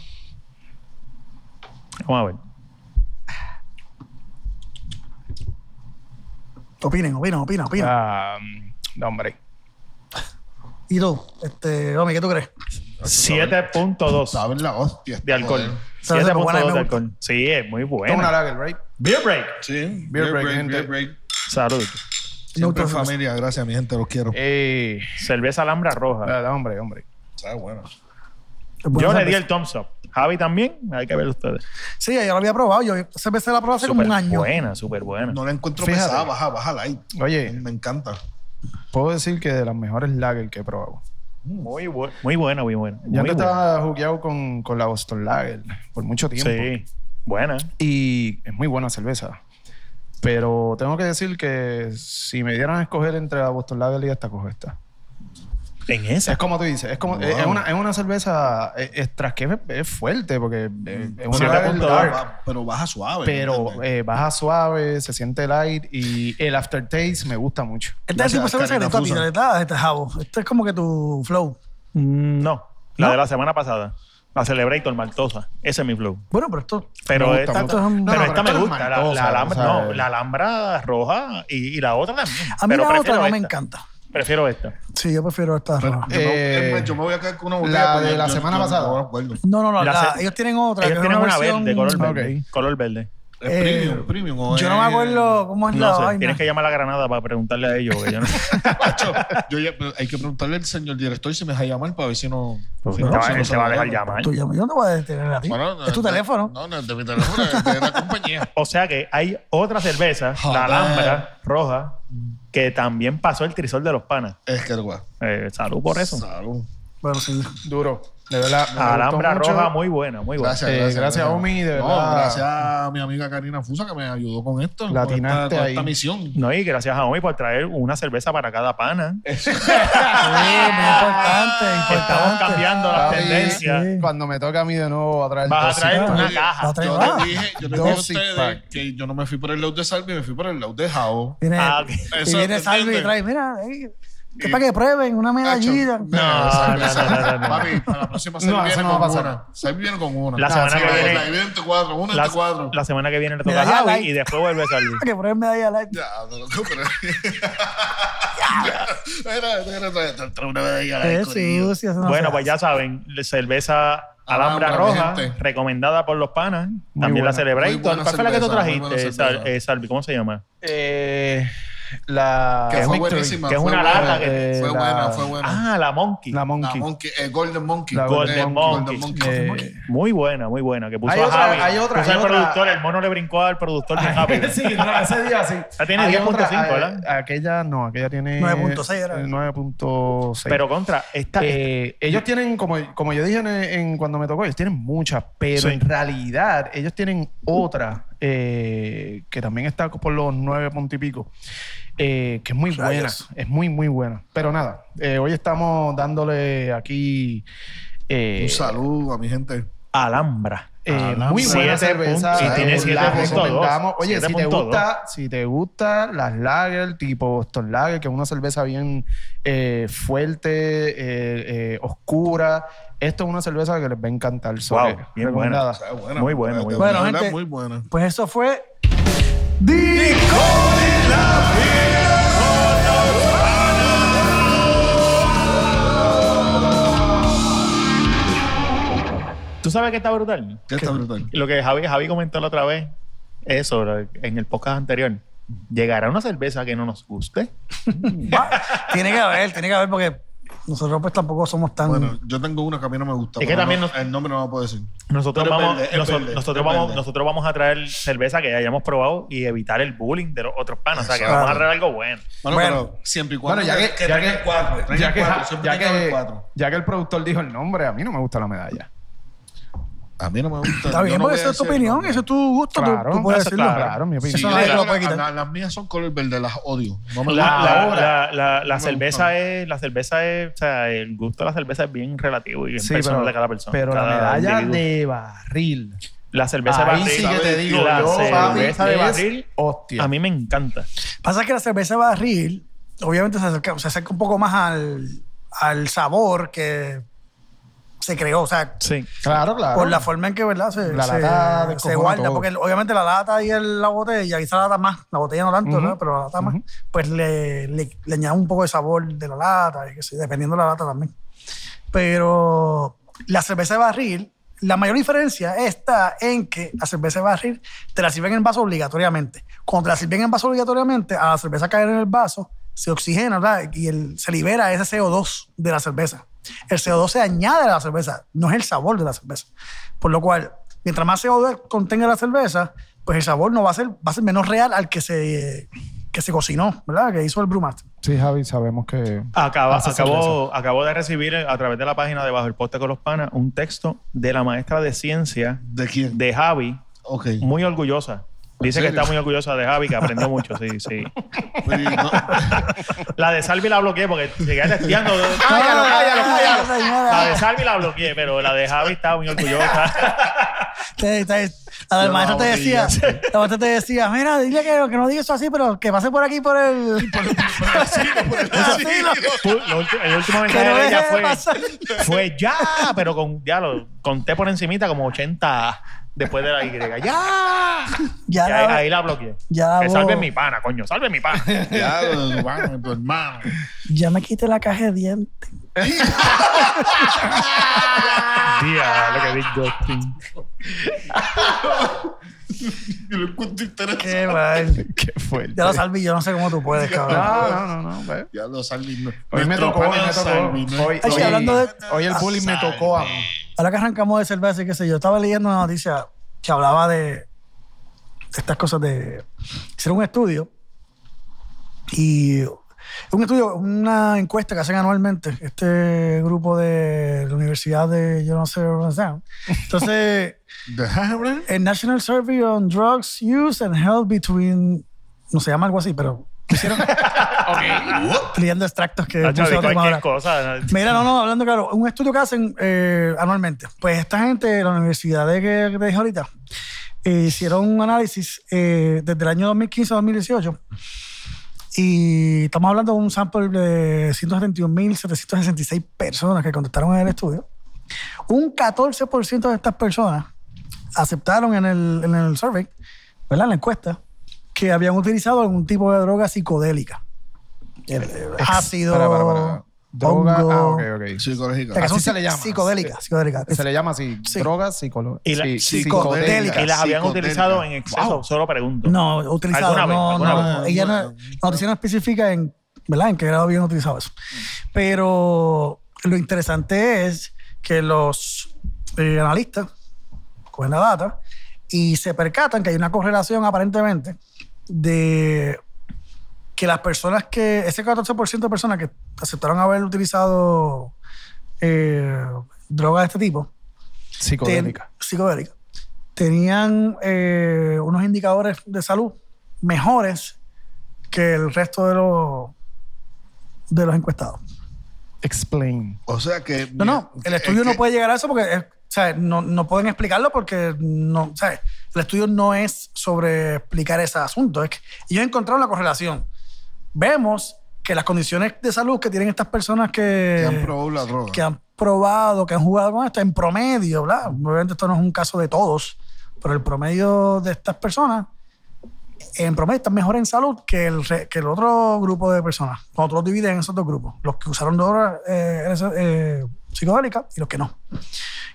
Speaker 3: Vamos a ver.
Speaker 2: Opinen, opinen, opinen, opinen.
Speaker 1: Ah, no, hombre.
Speaker 2: Y tú, este, Omi, ¿qué tú crees?
Speaker 3: 7.2
Speaker 5: Saben la hostia. este
Speaker 3: de alcohol.
Speaker 2: Sabe, pero buena,
Speaker 3: 7.2 de
Speaker 2: me gusta.
Speaker 3: alcohol. Sí, es muy
Speaker 1: Esto es una
Speaker 3: bueno.
Speaker 1: lager, right?
Speaker 3: Beer break.
Speaker 5: Sí.
Speaker 1: Beer break, gente.
Speaker 5: Beer break.
Speaker 3: Salud.
Speaker 5: Siempre
Speaker 2: No,
Speaker 5: en familia. Gracias, mi gente. Los quiero.
Speaker 1: Eh,
Speaker 3: Cerveza Alhambra
Speaker 5: Eh,
Speaker 3: Roja.
Speaker 1: nada, hombre, hombre.
Speaker 5: Sabe bueno.
Speaker 2: Es buena
Speaker 3: Yo le
Speaker 2: cerveza.
Speaker 3: di el thumbs up. Javi también. Hay que ver ustedes.
Speaker 2: Sí, yo lo había probado. Yo esa vez la probé hace como
Speaker 3: Súper
Speaker 2: un año.
Speaker 3: buena, súper buena.
Speaker 5: No la encuentro
Speaker 1: Fíjate.
Speaker 5: pesada. Baja, baja light.
Speaker 1: Oye,
Speaker 5: Me encanta.
Speaker 1: puedo decir que de las mejores lager que he probado.
Speaker 3: Muy, bu- muy buena, muy buena.
Speaker 1: Yo
Speaker 3: muy
Speaker 1: antes
Speaker 3: buena.
Speaker 1: estaba jugueado con, con la Boston Lager por mucho tiempo.
Speaker 3: Sí, buena.
Speaker 1: Y es muy buena cerveza. Pero tengo que decir que si me dieran a escoger entre la Boston Lager y esta, cojo esta.
Speaker 3: En
Speaker 1: Es
Speaker 3: esa.
Speaker 1: como tú dices, es como
Speaker 5: Wow.
Speaker 1: es, es una, es una cerveza eh, es, tras que es, es fuerte porque eh, es una
Speaker 3: Siete
Speaker 1: lager
Speaker 3: punto
Speaker 1: dark,
Speaker 3: dos.
Speaker 5: Va- pero baja suave.
Speaker 1: pero
Speaker 5: ¿entiendes?
Speaker 1: eh, baja suave, se siente light y el aftertaste me gusta mucho.
Speaker 2: Este es el tipo de
Speaker 5: Gracias,
Speaker 2: cerveza que le
Speaker 5: Karina
Speaker 2: gusta a ti,
Speaker 5: Fusa.
Speaker 2: ¿verdad? este jabo. Este es como que tu flow.
Speaker 3: Mm, No, la
Speaker 2: ¿No?
Speaker 3: de la semana pasada. La Celebrator Maltosa. Ese es mi flow.
Speaker 2: Bueno, pero esto.
Speaker 3: Pero
Speaker 1: Me gusta,
Speaker 3: esta,
Speaker 1: me gusta.
Speaker 3: pero
Speaker 2: No, no,
Speaker 1: pero
Speaker 3: esta me
Speaker 1: esta es
Speaker 3: gusta. La,
Speaker 1: maltosa,
Speaker 3: la
Speaker 1: o
Speaker 3: alhambra,
Speaker 1: sea,
Speaker 3: no, la alhambra roja y, y la otra también.
Speaker 2: eh. A mí
Speaker 3: Pero
Speaker 2: la
Speaker 3: prefiero
Speaker 2: otra no me
Speaker 3: esta.
Speaker 2: encanta.
Speaker 3: Prefiero esta.
Speaker 2: Sí, yo prefiero esta roja.
Speaker 5: Yo me-
Speaker 1: eh,
Speaker 5: yo me- yo me voy a quedar con una
Speaker 1: la
Speaker 5: botella. porque
Speaker 1: de la
Speaker 5: yo-
Speaker 1: semana
Speaker 5: yo no
Speaker 1: pasada.
Speaker 5: me acuerdo.
Speaker 2: No, no, no.
Speaker 3: La
Speaker 2: la-
Speaker 3: se-
Speaker 2: ellos tienen otra.
Speaker 3: Ellos
Speaker 2: que
Speaker 3: tienen
Speaker 2: es
Speaker 3: una,
Speaker 2: versión-
Speaker 3: verde, color
Speaker 1: Ok.
Speaker 3: verde. Color verde.
Speaker 5: Es
Speaker 2: Eh,
Speaker 5: premium, premium. o
Speaker 2: Yo no me
Speaker 5: es-
Speaker 2: acuerdo cómo es la
Speaker 3: No sé,
Speaker 2: vaina.
Speaker 3: tienes que llamar a la Granada para preguntarle a ellos. que yo no-
Speaker 5: Pacho, yo ya- pero hay que preguntarle al señor director si me deja llamar para ver si no.
Speaker 3: Porque
Speaker 2: Pues,
Speaker 5: si no,
Speaker 3: te Pues va-
Speaker 5: si no
Speaker 3: él
Speaker 5: se
Speaker 3: te va a
Speaker 5: lo
Speaker 3: dejar
Speaker 5: llamo.
Speaker 3: llamar.
Speaker 2: Tú llama- Yo no te voy a detener a ti.
Speaker 5: Bueno,
Speaker 2: es tu
Speaker 5: no,
Speaker 2: teléfono.
Speaker 5: No, no, de mi teléfono, es de la compañía.
Speaker 3: O sea que hay otra cerveza,
Speaker 5: Joder.
Speaker 3: la Alhambra roja, que también pasó el trisol de los panas.
Speaker 5: Es que el guay.
Speaker 3: Eh, salud por eso.
Speaker 5: Salud.
Speaker 1: Eh,
Speaker 2: Bueno, sí.
Speaker 1: Duro, de verdad. me
Speaker 3: Alhambra
Speaker 1: gustó mucho.
Speaker 3: roja muy buena, muy buena.
Speaker 5: Gracias,
Speaker 1: Eh,
Speaker 5: gracias,
Speaker 1: gracias, Omi, de
Speaker 5: No,
Speaker 1: verdad.
Speaker 5: gracias a mi amiga Karina Fusa que me ayudó con esto. con
Speaker 1: La
Speaker 5: esta-
Speaker 1: atinaste
Speaker 5: con
Speaker 1: ahí.
Speaker 5: esta misión.
Speaker 3: No, y gracias a Omi por traer una cerveza para cada pana.
Speaker 2: Sí, muy importante,
Speaker 3: Estamos
Speaker 2: importante.
Speaker 3: cambiando las
Speaker 1: Papi,
Speaker 3: tendencias.
Speaker 2: sí.
Speaker 1: Cuando me toca a mí de nuevo a traer
Speaker 3: Vas a
Speaker 1: dos
Speaker 3: traer
Speaker 1: citas.
Speaker 2: Ah,
Speaker 3: una
Speaker 5: sí.
Speaker 3: caja.
Speaker 2: La traes-
Speaker 5: Yo
Speaker 2: ah,
Speaker 5: les dije, yo les dije a
Speaker 1: Dos six
Speaker 5: ustedes
Speaker 1: pack.
Speaker 5: que yo no me fui por el lado de Salvi, me fui por el lado de Jao.
Speaker 2: Viene,
Speaker 3: Ah, ok.
Speaker 2: y
Speaker 5: Eso,
Speaker 2: viene Salvi y
Speaker 5: ¿entiendes?
Speaker 2: trae, mira, eh, que
Speaker 5: Y-
Speaker 2: para que prueben una
Speaker 5: Cacho,
Speaker 2: medallita.
Speaker 5: no,
Speaker 3: No,
Speaker 5: Salvi,
Speaker 3: no,
Speaker 5: Salvi.
Speaker 3: no, no, no.
Speaker 5: Papi, para la próxima Salvi
Speaker 1: No, eso
Speaker 5: viene
Speaker 1: no va a
Speaker 5: con
Speaker 1: pasar.
Speaker 5: una. Salvi viene con una.
Speaker 3: La semana
Speaker 5: Sí,
Speaker 3: que
Speaker 5: la-
Speaker 3: viene-
Speaker 5: La viene entre cuatro, una
Speaker 3: La,
Speaker 5: entre cuatro.
Speaker 3: la semana que viene le toca
Speaker 2: Me
Speaker 3: a
Speaker 2: da
Speaker 3: Javi
Speaker 2: like.
Speaker 3: y después vuelve a salir.
Speaker 2: Para que prueben medalla light.
Speaker 5: Ya, no lo compro. Era, era, era, era, era una medalla de
Speaker 2: Qué
Speaker 5: corillo.
Speaker 2: sucia, eso no
Speaker 3: bueno,
Speaker 2: se
Speaker 3: pues ya
Speaker 2: hace.
Speaker 3: saben, cerveza Alhambra,
Speaker 5: Alhambra,
Speaker 3: Roja,
Speaker 5: mi Ah, gente.
Speaker 3: recomendada por los panas. También
Speaker 1: buena,
Speaker 3: la Celebrator.
Speaker 5: muy buena
Speaker 3: ¿Cuál fue la que tú
Speaker 5: cerveza, muy buena
Speaker 3: trajiste, Sal-
Speaker 5: cerveza.
Speaker 3: eh, Salvi? ¿Cómo se llama?
Speaker 1: Eh, la
Speaker 5: Que fue
Speaker 1: Victory.
Speaker 5: buenísima.
Speaker 3: que es
Speaker 5: fue
Speaker 3: una
Speaker 5: buena, eh,
Speaker 3: lata
Speaker 1: que-
Speaker 5: Fue
Speaker 1: la-
Speaker 5: buena, fue buena.
Speaker 3: Ah, la Monkey.
Speaker 1: La
Speaker 5: La
Speaker 1: Monkey.
Speaker 5: Monkey, eh, Golden Monkey.
Speaker 1: La
Speaker 3: Golden Monkey.
Speaker 1: Eh,
Speaker 3: Muy buena, muy buena. Que puso
Speaker 1: Hay
Speaker 3: a
Speaker 1: otra-
Speaker 3: Javi.
Speaker 1: hay otra,
Speaker 3: puso
Speaker 1: hay
Speaker 3: al
Speaker 1: otra.
Speaker 3: productor, el mono le brincó al productor bien rápido.
Speaker 1: sí, no, ese día sí.
Speaker 3: Ya tiene
Speaker 1: Hay
Speaker 3: 10.5,
Speaker 1: otra, eh,
Speaker 3: ¿verdad?
Speaker 1: Aquella no, aquella tiene.
Speaker 2: 9.6 era.
Speaker 1: eh, 9.6.
Speaker 3: Pero contra, esta,
Speaker 1: Eh, ellos tienen, como, como yo dije en, en cuando me tocó, ellos tienen muchas, pero
Speaker 3: Sí.
Speaker 1: en realidad ellos tienen otra eh, que también está por los nueve puntos y pico, eh, que es muy buena,
Speaker 2: Rayos.
Speaker 1: es muy, muy buena. Pero nada, eh, hoy estamos dándole aquí eh,
Speaker 5: Un saludo a mi gente.
Speaker 3: Alhambra.
Speaker 1: eh,
Speaker 5: Alhambra.
Speaker 1: muy buena
Speaker 3: Siete
Speaker 1: cerveza.
Speaker 3: puntos.
Speaker 5: Y tiene
Speaker 1: eh, la
Speaker 5: 7.2.
Speaker 1: recomendamos. Oye, si te
Speaker 3: 7.2.
Speaker 1: gusta, si te gusta las lager, tipo Boston Lager, que es una cerveza bien eh, fuerte, eh, eh, oscura. Esto es una cerveza que les va a encantar. so
Speaker 3: Wow,
Speaker 1: que
Speaker 3: bien
Speaker 5: O
Speaker 1: recomendada.
Speaker 5: sea, buena.
Speaker 3: Muy buena,
Speaker 5: De
Speaker 3: muy
Speaker 2: buena.
Speaker 5: verdad,
Speaker 2: Bueno, gente.
Speaker 5: Muy buena.
Speaker 2: Pues eso fue. Disco.
Speaker 3: ¿Tú sabes qué está brutal?
Speaker 5: Ya está brutal.
Speaker 3: Lo que Javi, Javi comentó la otra vez, eso, lo- en el podcast anterior. ¿Llegará una cerveza que no nos guste?
Speaker 2: Va, tiene que haber, tiene que haber, porque nosotros pues tampoco somos tan.
Speaker 5: Bueno, yo tengo una que a mí no me gusta.
Speaker 3: Es que
Speaker 5: pero
Speaker 3: también
Speaker 5: no-
Speaker 3: nos-
Speaker 5: el nombre no lo puedo decir.
Speaker 3: Nosotros
Speaker 5: Pero es
Speaker 3: vamos,
Speaker 5: verde, es
Speaker 3: nosotros,
Speaker 5: verde,
Speaker 3: nosotros
Speaker 5: es
Speaker 3: vamos,
Speaker 5: verde.
Speaker 3: nosotros vamos a traer cerveza que hayamos probado y evitar el bullying de los otros panas. O sea, que
Speaker 5: Exacto.
Speaker 3: vamos a traer algo bueno.
Speaker 5: Bueno,
Speaker 2: Bueno.
Speaker 5: pero siempre y cuando.
Speaker 1: Bueno, ya que, ya
Speaker 5: traigan
Speaker 1: que-
Speaker 5: cuatro.
Speaker 1: ya
Speaker 5: traigan
Speaker 1: que-
Speaker 5: cuatro, siempre
Speaker 1: ya
Speaker 5: tiene que haber
Speaker 1: que-
Speaker 5: cuatro.
Speaker 1: ya que el productor dijo el nombre, a mí no me gusta la medalla.
Speaker 5: A mí no me gusta.
Speaker 2: Está bien,
Speaker 5: yo no voy
Speaker 2: porque
Speaker 5: a
Speaker 2: esa es
Speaker 5: decir
Speaker 2: tu
Speaker 5: el
Speaker 2: opinión,
Speaker 5: nombre.
Speaker 2: eso es tu gusto, tú-
Speaker 1: Claro,
Speaker 2: tú, puedes
Speaker 3: eso,
Speaker 2: decirlo.
Speaker 3: claro.
Speaker 1: Claro, mi opinión.
Speaker 5: Sí,
Speaker 2: Eso no
Speaker 5: yo-
Speaker 2: lo puede quitar.
Speaker 5: la- las mías son color verde, las odio. No me
Speaker 3: La,
Speaker 5: gustan.
Speaker 3: la-
Speaker 1: Ahora.
Speaker 3: la- la- la
Speaker 5: No me
Speaker 3: cerveza
Speaker 5: gusta.
Speaker 3: es, la cerveza es, o sea, el gusto de la cerveza es bien relativo y bien
Speaker 1: Sí,
Speaker 3: personal
Speaker 1: pero,
Speaker 3: de cada persona.
Speaker 1: pero la
Speaker 3: cada
Speaker 1: medalla
Speaker 3: individuo.
Speaker 1: de barril.
Speaker 3: la cerveza de
Speaker 1: Ahí
Speaker 3: barril,
Speaker 1: sí que te
Speaker 5: ¿sabes?
Speaker 1: digo,
Speaker 3: la
Speaker 1: yo, papi,
Speaker 3: cerveza de
Speaker 1: es
Speaker 3: barril,
Speaker 1: Hostia.
Speaker 3: a mí me encanta.
Speaker 2: Pasa que la cerveza barril, obviamente se acerca, se acerca un poco más al, al sabor que se creó, o sea,
Speaker 3: Sí.
Speaker 1: claro, claro.
Speaker 2: por la forma en que ¿verdad? se,
Speaker 1: La
Speaker 2: se-
Speaker 1: lata
Speaker 2: se
Speaker 1: descojona
Speaker 2: guarda,
Speaker 1: todo.
Speaker 2: porque obviamente la lata y el- la botella, quizá la lata más, la botella no tanto,
Speaker 1: Ujú,
Speaker 2: ¿no? pero la lata más,
Speaker 1: ujú.
Speaker 2: pues le, le, le añade un poco de sabor de la lata, y qué sé, dependiendo de la lata también. Pero la cerveza de barril, la mayor diferencia está en que la cerveza de barril te la sirven en vaso obligatoriamente. Cuando te la sirven en vaso obligatoriamente, a la cerveza caer en el vaso, se oxigena ¿verdad? y el- se libera ese CO2 de la cerveza. El CO2 se añade a la cerveza, no es el sabor de la cerveza. Por lo cual, mientras más CO2 contenga la cerveza, pues el sabor no va a ser, va a ser menos real al que se, que se cocinó, ¿verdad? Que hizo el brewmaster.
Speaker 1: Sí, Javi, sabemos que.
Speaker 3: Acaba,
Speaker 1: Hace
Speaker 3: acabo, acabo de recibir eh, a través de la página de Bajo el Poste con los Panas un texto de la maestra de ciencia
Speaker 5: ¿De quién?
Speaker 3: de Javi,
Speaker 5: Ok.
Speaker 3: muy orgullosa. Dice que
Speaker 5: serio?
Speaker 3: está muy orgullosa de Javi, que aprendió mucho, sí, sí.
Speaker 5: Pues, no.
Speaker 3: La de Salvi la bloqueé porque seguía testeando.
Speaker 2: Ah,
Speaker 1: Cállalo, cállalo, cállalo.
Speaker 2: Ay, señora.
Speaker 3: La de Salvi la bloqueé, pero la de Javi está muy orgullosa.
Speaker 2: Te- te- a ver,
Speaker 5: Yo
Speaker 2: maestra
Speaker 5: la
Speaker 2: te decía,
Speaker 5: odié.
Speaker 2: la maestra te decía, mira, dile que, que no diga eso así, pero que pase por aquí por el, asilo.
Speaker 3: Tú, lo ulti- el último
Speaker 2: que
Speaker 3: mensaje
Speaker 2: no
Speaker 3: de
Speaker 2: deje
Speaker 3: ella
Speaker 2: de pasar.
Speaker 3: fue, fue ya, pero con, ya lo conté por encimita como 80 después de la Y. ¡Ya! Y
Speaker 2: Ya,
Speaker 3: ahí,
Speaker 2: la-
Speaker 3: ahí la bloqueé.
Speaker 2: Ya
Speaker 3: que
Speaker 2: vos-
Speaker 3: salve mi pana, coño, salve mi pana.
Speaker 5: Ya, hermano, tu hermano.
Speaker 2: ya me quité la caja de dientes.
Speaker 3: Tía, lo que digo. Justin.
Speaker 5: Yo lo encuentro interesante.
Speaker 2: Qué mal.
Speaker 1: Qué fuerte.
Speaker 2: Ya lo salví, yo no sé cómo tú puedes, cabrón.
Speaker 1: No, no, no, no. pues.
Speaker 5: Ya lo salí. no.
Speaker 1: Hoy me
Speaker 5: Nuestro
Speaker 1: tocó, hoy
Speaker 5: pana
Speaker 1: me tocó.
Speaker 5: Salvi,
Speaker 1: Hoy,
Speaker 5: ¿no?
Speaker 2: Ay,
Speaker 1: hoy-
Speaker 2: hablando de-
Speaker 1: hoy el bullying me tocó a mí.
Speaker 2: Ahora que arrancamos de cerveza y qué sé yo, estaba leyendo una noticia que hablaba de, de estas cosas de... Hicieron un estudio y un estudio, una encuesta que hacen anualmente este grupo de la Universidad de, yo no sé, dónde sea. entonces, el National Survey on Drugs Use and Health Between, no se llama algo así, pero hicieron leyendo extractos que
Speaker 3: Tacho,
Speaker 2: puse
Speaker 3: di
Speaker 2: a última
Speaker 3: cualquier
Speaker 2: hora.
Speaker 3: cosa.
Speaker 2: Mira, no, no, hablando claro, un estudio que hacen eh, anualmente. Pues esta gente de la universidad de que que te dije ahorita eh, hicieron un análisis eh, desde el año 2015 a 2018 y estamos hablando de un sample de 171.766 personas que contestaron en el estudio. Un 14% de estas personas aceptaron en el, en el survey, ¿verdad? En la encuesta, que habían utilizado algún tipo de droga psicodélica. El- el ácido.
Speaker 1: Para, para, para. Droga.
Speaker 2: hongo.
Speaker 1: Ah, ok, ok.
Speaker 5: Psicológico.
Speaker 2: O sea, que
Speaker 1: Así
Speaker 2: son
Speaker 1: se le llama.
Speaker 2: Psicodélica, psicodélica.
Speaker 1: Se le llama así.
Speaker 2: Sí.
Speaker 1: Droga psicolo-
Speaker 3: Y la-
Speaker 1: sí,
Speaker 2: psicodélica.
Speaker 3: Y las habían
Speaker 5: Psicodélica.
Speaker 3: utilizado en exceso,
Speaker 2: Wow.
Speaker 3: solo pregunto.
Speaker 2: No, utilizado.
Speaker 3: ¿Alguna vez?
Speaker 2: no,
Speaker 3: ¿Alguna
Speaker 2: no,
Speaker 5: vez?
Speaker 2: Ella no,
Speaker 5: Alguna-
Speaker 2: la noticia no especifica en, ¿verdad? en qué grado habían utilizado eso. Pero lo interesante es que los eh, analistas cogen la data y se percatan que hay una correlación aparentemente de que las personas que, ese 14% de personas que aceptaron haber utilizado eh, drogas de este tipo,
Speaker 1: Psicodélica.
Speaker 2: ten- psicodélica. Tenían eh, unos indicadores de salud mejores que el resto de los de los encuestados.
Speaker 1: Explain.
Speaker 5: O sea que.
Speaker 2: No, no, el estudio no puede llegar a eso porque es- o sea, no, no pueden explicarlo porque no, o sea, el estudio no es sobre explicar ese asunto. Es que ellos encontraron la correlación. Vemos que las condiciones de salud que tienen estas personas que,
Speaker 5: Que han probado
Speaker 1: Eh,
Speaker 5: la droga.
Speaker 2: que han probado, que han jugado con esto, en promedio, ¿verdad? Obviamente esto no es un caso de todos, pero el promedio de estas personas, en promedio, están mejor en salud que el, re- que el otro grupo de personas. Cuando tú los divides en esos dos grupos, los que usaron drogas eh, en esa- eh, psicodélicas y los que no.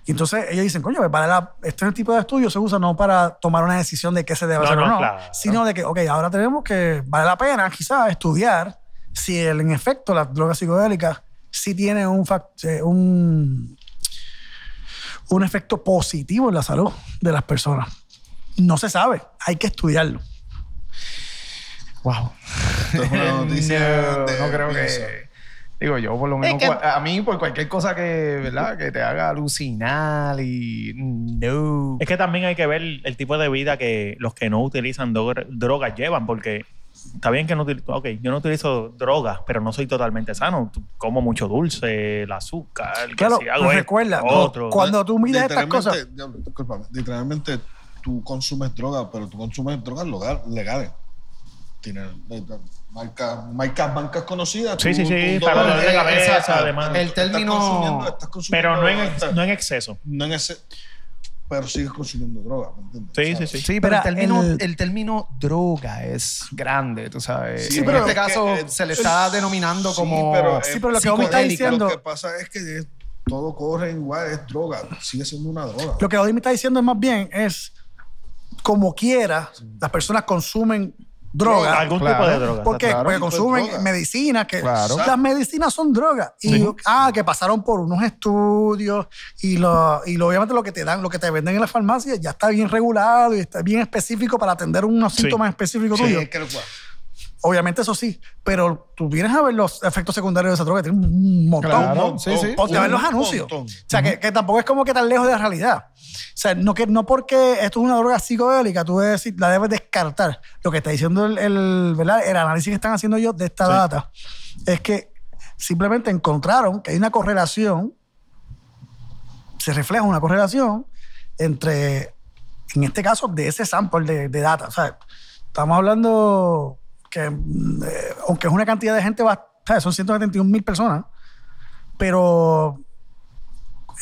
Speaker 2: Y entonces ellos dicen, coño, pues para la- este tipo de estudio se usa no para tomar una decisión de qué se debe
Speaker 3: No,
Speaker 2: hacer
Speaker 3: no,
Speaker 2: o no,
Speaker 3: claro.
Speaker 2: sino de que, ok, ahora tenemos que, vale la pena quizás estudiar si el- en efecto las drogas psicodélicas sí tienen un, fac- eh, un, un efecto positivo en la salud de las personas. No se sabe, hay que estudiarlo.
Speaker 1: Wow.
Speaker 5: Esto es una noticia
Speaker 1: no,
Speaker 5: de
Speaker 1: no creo
Speaker 5: piensa.
Speaker 1: que. Digo, yo por lo menos. cua- A mí, por cualquier cosa que, ¿verdad? Que te haga alucinar y. mm, No.
Speaker 3: Es que también hay que ver el tipo de vida que los que no utilizan dro- drogas llevan, porque está bien que no utilizo, ok, yo no utilizo drogas, pero no soy totalmente sano. Tú- Como mucho dulce, el azúcar, que
Speaker 2: Claro,
Speaker 3: si hago
Speaker 2: pues
Speaker 3: esto,
Speaker 2: recuerda, ¿no?
Speaker 3: otro.
Speaker 2: Cuando- tú miras
Speaker 5: Pues,
Speaker 2: estas
Speaker 5: Literalmente,
Speaker 2: cosas-
Speaker 5: diablo, discúlpame, literalmente tú consumes droga, pero tú consumes drogas loga- legales. Tienes eh, marcas, marcas, bancas conocidas.
Speaker 3: Sí, sí, sí,
Speaker 5: tú-
Speaker 3: para
Speaker 5: tú-
Speaker 3: dolor de
Speaker 5: eh,
Speaker 3: cabeza,
Speaker 5: exacto.
Speaker 3: además.
Speaker 5: Estás
Speaker 1: El término-
Speaker 5: consumiendo- estás consumiendo
Speaker 3: Pero no en,
Speaker 5: droga,
Speaker 3: ex- no en exceso.
Speaker 5: no en ese. Pero sigues consumiendo droga, ¿me entiendes?
Speaker 3: Sí,
Speaker 5: O sea,
Speaker 3: sí, sí.
Speaker 1: Sí, pero el
Speaker 2: Espera,
Speaker 1: término,
Speaker 2: el-
Speaker 1: el... término droga es grande, tú sabes.
Speaker 5: Sí,
Speaker 1: en
Speaker 5: pero
Speaker 1: este
Speaker 5: es que,
Speaker 1: caso
Speaker 5: eh,
Speaker 1: se le está denominando
Speaker 5: sí,
Speaker 1: como.
Speaker 5: pero, eh,
Speaker 2: Sí, pero lo que vos me estás
Speaker 5: psicodélica.
Speaker 2: diciendo-
Speaker 5: Lo que pasa es que es- todo corre igual, es droga, sigue siendo una droga.
Speaker 2: Lo que Odín me está diciendo es más bien es como quiera, las personas consumen droga.
Speaker 3: Algún
Speaker 1: claro.
Speaker 3: tipo de droga.
Speaker 2: ¿Por qué?
Speaker 1: claro.
Speaker 2: Porque
Speaker 5: Pues
Speaker 2: consumen
Speaker 5: droga.
Speaker 2: medicinas que
Speaker 1: Claro.
Speaker 2: las medicinas son drogas y ah que pasaron por unos estudios y lo, y lo- obviamente lo que te dan, lo que te venden en las farmacias ya está bien regulado y está bien específico para atender unos
Speaker 3: Sí.
Speaker 2: síntomas específicos
Speaker 5: Sí,
Speaker 2: tuyos.
Speaker 5: es que lo cual.
Speaker 2: Obviamente eso sí, pero tú vienes a ver los efectos secundarios de esa droga que tienen un montón.
Speaker 1: Claro.
Speaker 5: Un
Speaker 1: sí,
Speaker 5: montón,
Speaker 1: sí.
Speaker 2: Ponte a ver
Speaker 5: un
Speaker 2: los anuncios.
Speaker 5: montón.
Speaker 2: O sea, que, que tampoco es como que tan lejos de la realidad. O sea, no, que, no porque esto es una droga psicodélica, tú debes decir- la debes descartar. Lo que está diciendo el, el, ¿verdad? el análisis que están haciendo ellos de esta data es que simplemente encontraron que hay una correlación, se refleja una correlación entre, en este caso, de ese sample de, de data. O sea, estamos hablando que, mm, eh, aunque es una cantidad de gente, bast- o sea, son 171 mil personas, pero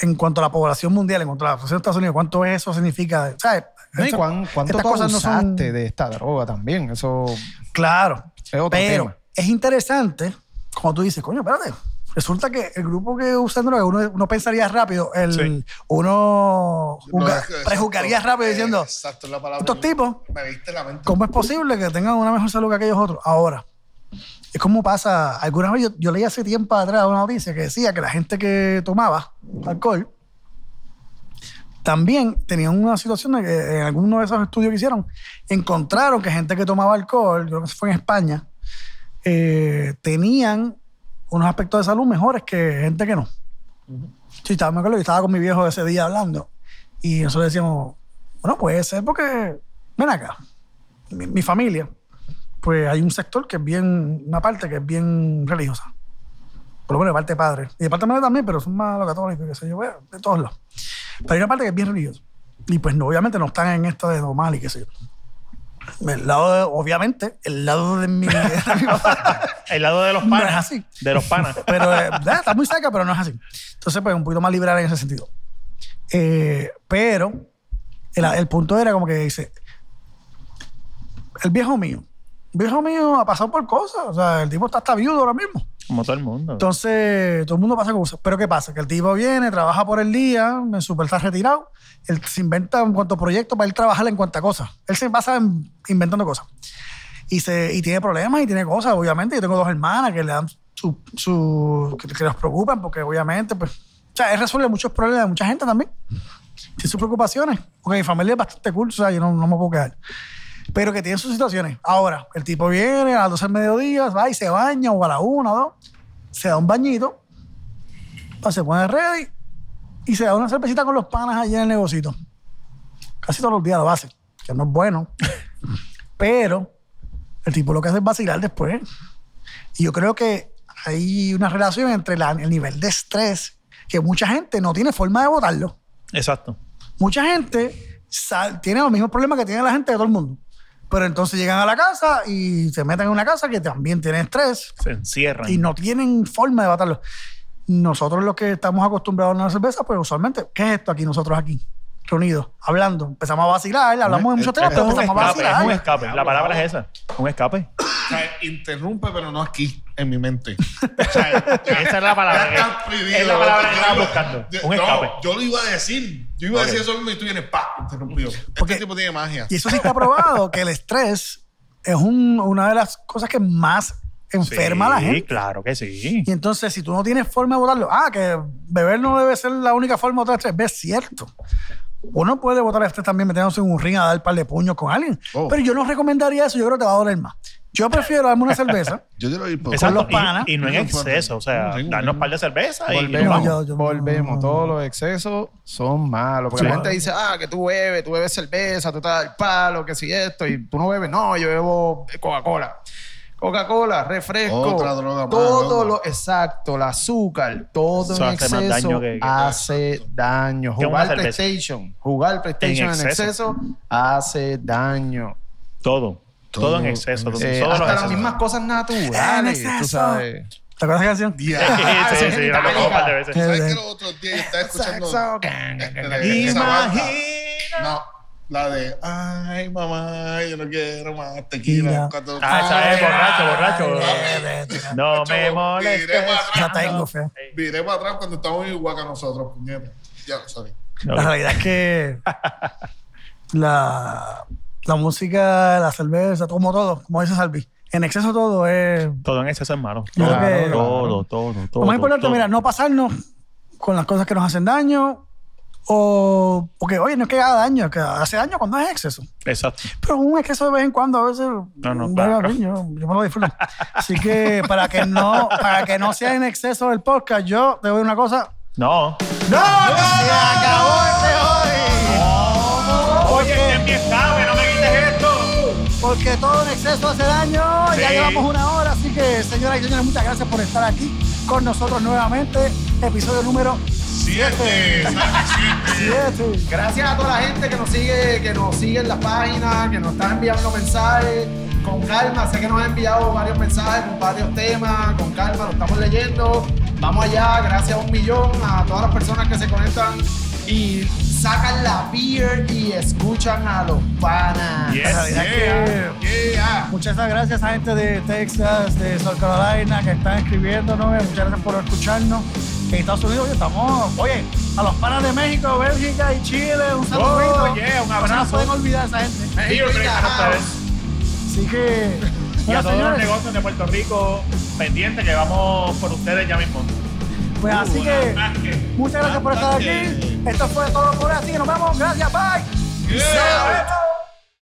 Speaker 2: en cuanto a la población mundial, en cuanto a la población de Estados Unidos, ¿cuánto eso significa? O sea,
Speaker 1: No, y
Speaker 2: eso-
Speaker 1: cuán- ¿Cuánto
Speaker 2: estas
Speaker 1: tú
Speaker 2: cosas no son-
Speaker 1: abusaste de esta droga también? Eso
Speaker 2: Claro.
Speaker 1: es otro
Speaker 2: pero
Speaker 1: tema.
Speaker 2: es interesante, como tú dices, coño, espérate. Resulta que el grupo que usa droga, uno, uno pensaría rápido, el,
Speaker 3: Sí.
Speaker 5: No,
Speaker 2: uno juzga-
Speaker 5: es que-
Speaker 2: prejuzgaría
Speaker 5: exacto,
Speaker 2: rápido
Speaker 5: eh,
Speaker 2: diciendo,
Speaker 5: Exacto, es la palabra.
Speaker 2: estos tipos,
Speaker 5: Me viste la mente.
Speaker 2: ¿cómo es posible que tengan una mejor salud que aquellos otros? Ahora, es como pasa, alguna vez yo, yo leí hace tiempo atrás una noticia que decía que la gente que tomaba alcohol también tenían una situación de que en alguno de esos estudios que hicieron encontraron que gente que tomaba alcohol, yo creo que eso fue en España, eh, tenían unos aspectos de salud mejores que gente que no. Sí, estaba, me acuerdo, yo estaba con mi viejo ese día hablando y nosotros decíamos, bueno, puede ser porque, ven acá, mi, mi familia, pues hay un sector que es bien, una parte que es bien religiosa. Por lo menos de parte de padres. Y de parte de madre también, pero son más los católicos, qué sé yo, bueno, de todos lados. Pero hay una parte que es bien religiosa. Y pues no, obviamente no están en esto de normal y qué sé yo. El lado, de- obviamente, el lado de mi...
Speaker 3: El lado de los
Speaker 2: No es
Speaker 3: panas.
Speaker 2: así.
Speaker 3: De los panas.
Speaker 2: pero eh, eh, está muy cerca, pero no es así. Entonces, pues un poquito más liberal en ese sentido. Eh, pero el, el punto era como que dice, el viejo mío, el viejo mío ha pasado por cosas, o sea, el tipo está hasta viudo ahora mismo.
Speaker 3: Como todo el mundo.
Speaker 2: Entonces, todo el mundo pasa cosas. Pero ¿qué pasa? Que el tipo viene, trabaja por el día, en super está retirado, él se inventa en cuanto proyecto para él trabajar en cuantas cosas. Él se pasa en- inventando cosas. Y, se, y tiene problemas y tiene cosas, obviamente. Yo tengo dos hermanas que le dan su, su- que, que los preocupan porque obviamente, pues, o sea, él resuelve muchos problemas de mucha gente también. Tiene sus preocupaciones. Porque mi familia es bastante cool, o sea, yo no, no me puedo quedar pero que tiene sus situaciones. Ahora, el tipo viene a las 12 del mediodía, va y se baña, o a la 1 o 2, se da un bañito, pa, se pone ready y se da una cervecita con los panas allí en el negocito. Casi todos los días lo hace, que no es bueno. pero el tipo lo que hace es vacilar después. Y yo creo que hay una relación entre la- el nivel de estrés que mucha gente no tiene forma de votarlo
Speaker 3: Exacto.
Speaker 2: mucha gente sal- tiene los mismos problemas que tiene la gente de todo el mundo. Pero entonces llegan a la casa y se meten en una casa que también tiene estrés
Speaker 3: Se encierran.
Speaker 2: y no tienen forma de matarlo. Nosotros los que estamos acostumbrados a la cerveza, pues usualmente, ¿qué es esto aquí nosotros aquí? Reunidos, hablando, empezamos a vacilar, hablamos de muchos temas,
Speaker 3: Esto
Speaker 2: pero
Speaker 3: es un
Speaker 2: empezamos a
Speaker 3: escape. Es un
Speaker 2: vacilar.
Speaker 3: escape. La palabra es esa. Un escape.
Speaker 5: O sea, interrumpe, pero no aquí, en mi mente. O sea, ya-
Speaker 3: Esa es la palabra.
Speaker 5: ya está
Speaker 3: que-
Speaker 5: prohibido.
Speaker 3: Ah, Es la palabra que estaba
Speaker 5: Yo-
Speaker 3: buscando.
Speaker 5: yo-
Speaker 3: Un
Speaker 5: no,
Speaker 3: escape.
Speaker 5: yo lo iba a decir. Yo iba a decir eso mismo y tú vienes, pa, interrumpido.
Speaker 2: Porque-
Speaker 5: Este tipo tiene magia.
Speaker 2: Y eso sí está probado, que el estrés es un- una de las cosas que más enferma a la
Speaker 3: Sí,
Speaker 2: gente.
Speaker 3: claro que sí.
Speaker 2: Y entonces, si tú no tienes forma de votarlo, ah, que beber no debe ser la única forma de votar estrés, es cierto. Uno puede votar estrés también metiéndose en un ring a dar un par de puños con alguien.
Speaker 5: Oh.
Speaker 2: Pero yo no recomendaría eso, yo creo que te va a doler más. Yo prefiero darme una cerveza.
Speaker 5: Yo quiero ir por
Speaker 3: Exacto.
Speaker 2: los
Speaker 3: Y-
Speaker 2: panas.
Speaker 3: Y, no en exceso. O sea,
Speaker 5: Sí, sí,
Speaker 3: darnos
Speaker 5: sí.
Speaker 3: par de cerveza y nos
Speaker 1: Volvemos,
Speaker 3: vamos.
Speaker 2: yo- yo-
Speaker 1: volvemos.
Speaker 2: no.
Speaker 1: Todos los excesos son malos. Porque
Speaker 3: Sí.
Speaker 1: la gente dice, ah, que tú bebes, tú bebes cerveza, tú estás al palo, que si esto, y tú no bebes. No, yo bebo Coca-Cola. Coca-Cola, refresco.
Speaker 5: Otra droga más,
Speaker 1: Todo
Speaker 5: loco.
Speaker 1: lo exacto, el azúcar, todo
Speaker 3: Eso
Speaker 1: en
Speaker 3: hace más
Speaker 1: exceso
Speaker 3: daño que- que-
Speaker 1: hace daño.
Speaker 3: Que una
Speaker 1: Jugar
Speaker 3: cerveza.
Speaker 1: PlayStation, jugar PlayStation en
Speaker 3: En
Speaker 1: exceso, hace daño.
Speaker 3: Todo.
Speaker 5: Todo.
Speaker 3: Todo en exceso.
Speaker 5: Eh,
Speaker 1: Eh,
Speaker 3: todos
Speaker 1: hasta
Speaker 3: los
Speaker 1: las
Speaker 3: excesos.
Speaker 1: mismas cosas
Speaker 2: En
Speaker 1: naturales,
Speaker 2: exceso.
Speaker 1: tú sabes.
Speaker 2: ¿Te acuerdas de esa canción? Ah,
Speaker 3: Sí, sí, sí, la tocó un par de veces.
Speaker 5: ¿Sabes que los otros días yo estaba escuchando?
Speaker 1: Sexo, can, can, can, can.
Speaker 5: Esa banda.
Speaker 3: Imagina.
Speaker 5: No, La de, ay, mamá, yo no quiero más tequila.
Speaker 2: Tequila.
Speaker 5: Cuando-
Speaker 3: Ah, esa es, borracho, borracho.
Speaker 2: Ay, de- de-
Speaker 3: No
Speaker 5: Chacho,
Speaker 3: me
Speaker 5: iré para
Speaker 3: molestes.
Speaker 5: atrás.
Speaker 2: Ya tengo fe.
Speaker 5: Viré para atrás cuando estamos en Iguaca nosotros, puñeta. Ya, sorry.
Speaker 2: La realidad es que la, la música, la cerveza, como todo, como dice Salvi, en exceso todo es
Speaker 3: Todo en exceso es malo.
Speaker 2: Yo
Speaker 3: Todo,
Speaker 2: creo que-
Speaker 3: todo, todo, todo.
Speaker 2: lo más importante,
Speaker 3: todo.
Speaker 2: mira, no pasarnos con las cosas que nos hacen daño o porque, oye, no es que haga daño, es que hace daño cuando es exceso.
Speaker 3: Exacto.
Speaker 2: Pero un exceso de vez en cuando a veces
Speaker 3: No, no,
Speaker 2: vale la
Speaker 3: claro.
Speaker 2: pena, yo, yo me lo disfruto. Así que para que no para que no sea en exceso el podcast, yo te doy una cosa.
Speaker 3: No.
Speaker 2: ¡No! no se acabó este hoy!
Speaker 3: Oye, este es mi escape, no me quites esto.
Speaker 2: Porque todo en exceso hace daño. Ya
Speaker 3: Sí.
Speaker 2: llevamos una hora, así que señoras y señores, muchas gracias por estar aquí con nosotros nuevamente. Episodio número
Speaker 5: Siete, saca siete.
Speaker 2: 7.
Speaker 1: Gracias a toda la gente que nos sigue, que nos sigue en las páginas, que nos está enviando mensajes. Con calma, sé que nos han enviado varios mensajes con varios temas, con calma, lo estamos leyendo. Vamos allá, gracias a un millón, a todas las personas que se conectan y sacan la beer y escuchan a los panas.
Speaker 3: Yes,
Speaker 5: Yeah, yeah.
Speaker 2: Muchas gracias a gente de Texas, de South Carolina, que están escribiéndonos. Muchas gracias por escucharnos. En Estados Unidos oye, estamos, oye, a los panas de México, Bélgica y Chile, un saludito.
Speaker 3: Oh, yeah, un
Speaker 2: No se nos
Speaker 3: abrazo.
Speaker 2: pueden olvidar esa gente.
Speaker 3: Beer
Speaker 1: in the
Speaker 3: break para
Speaker 1: house.
Speaker 3: ustedes.
Speaker 2: Así
Speaker 3: Y a
Speaker 2: que, bueno,
Speaker 3: todos los
Speaker 2: señores,
Speaker 3: negocios de Puerto Rico, pendiente que vamos por ustedes ya mismo.
Speaker 2: pues así que muchas gracias por estar aquí.
Speaker 5: Bastante.
Speaker 2: Esto fue todo por hoy, así que nos vamos. Gracias, bye.
Speaker 5: Yeah.
Speaker 2: Nos vemos.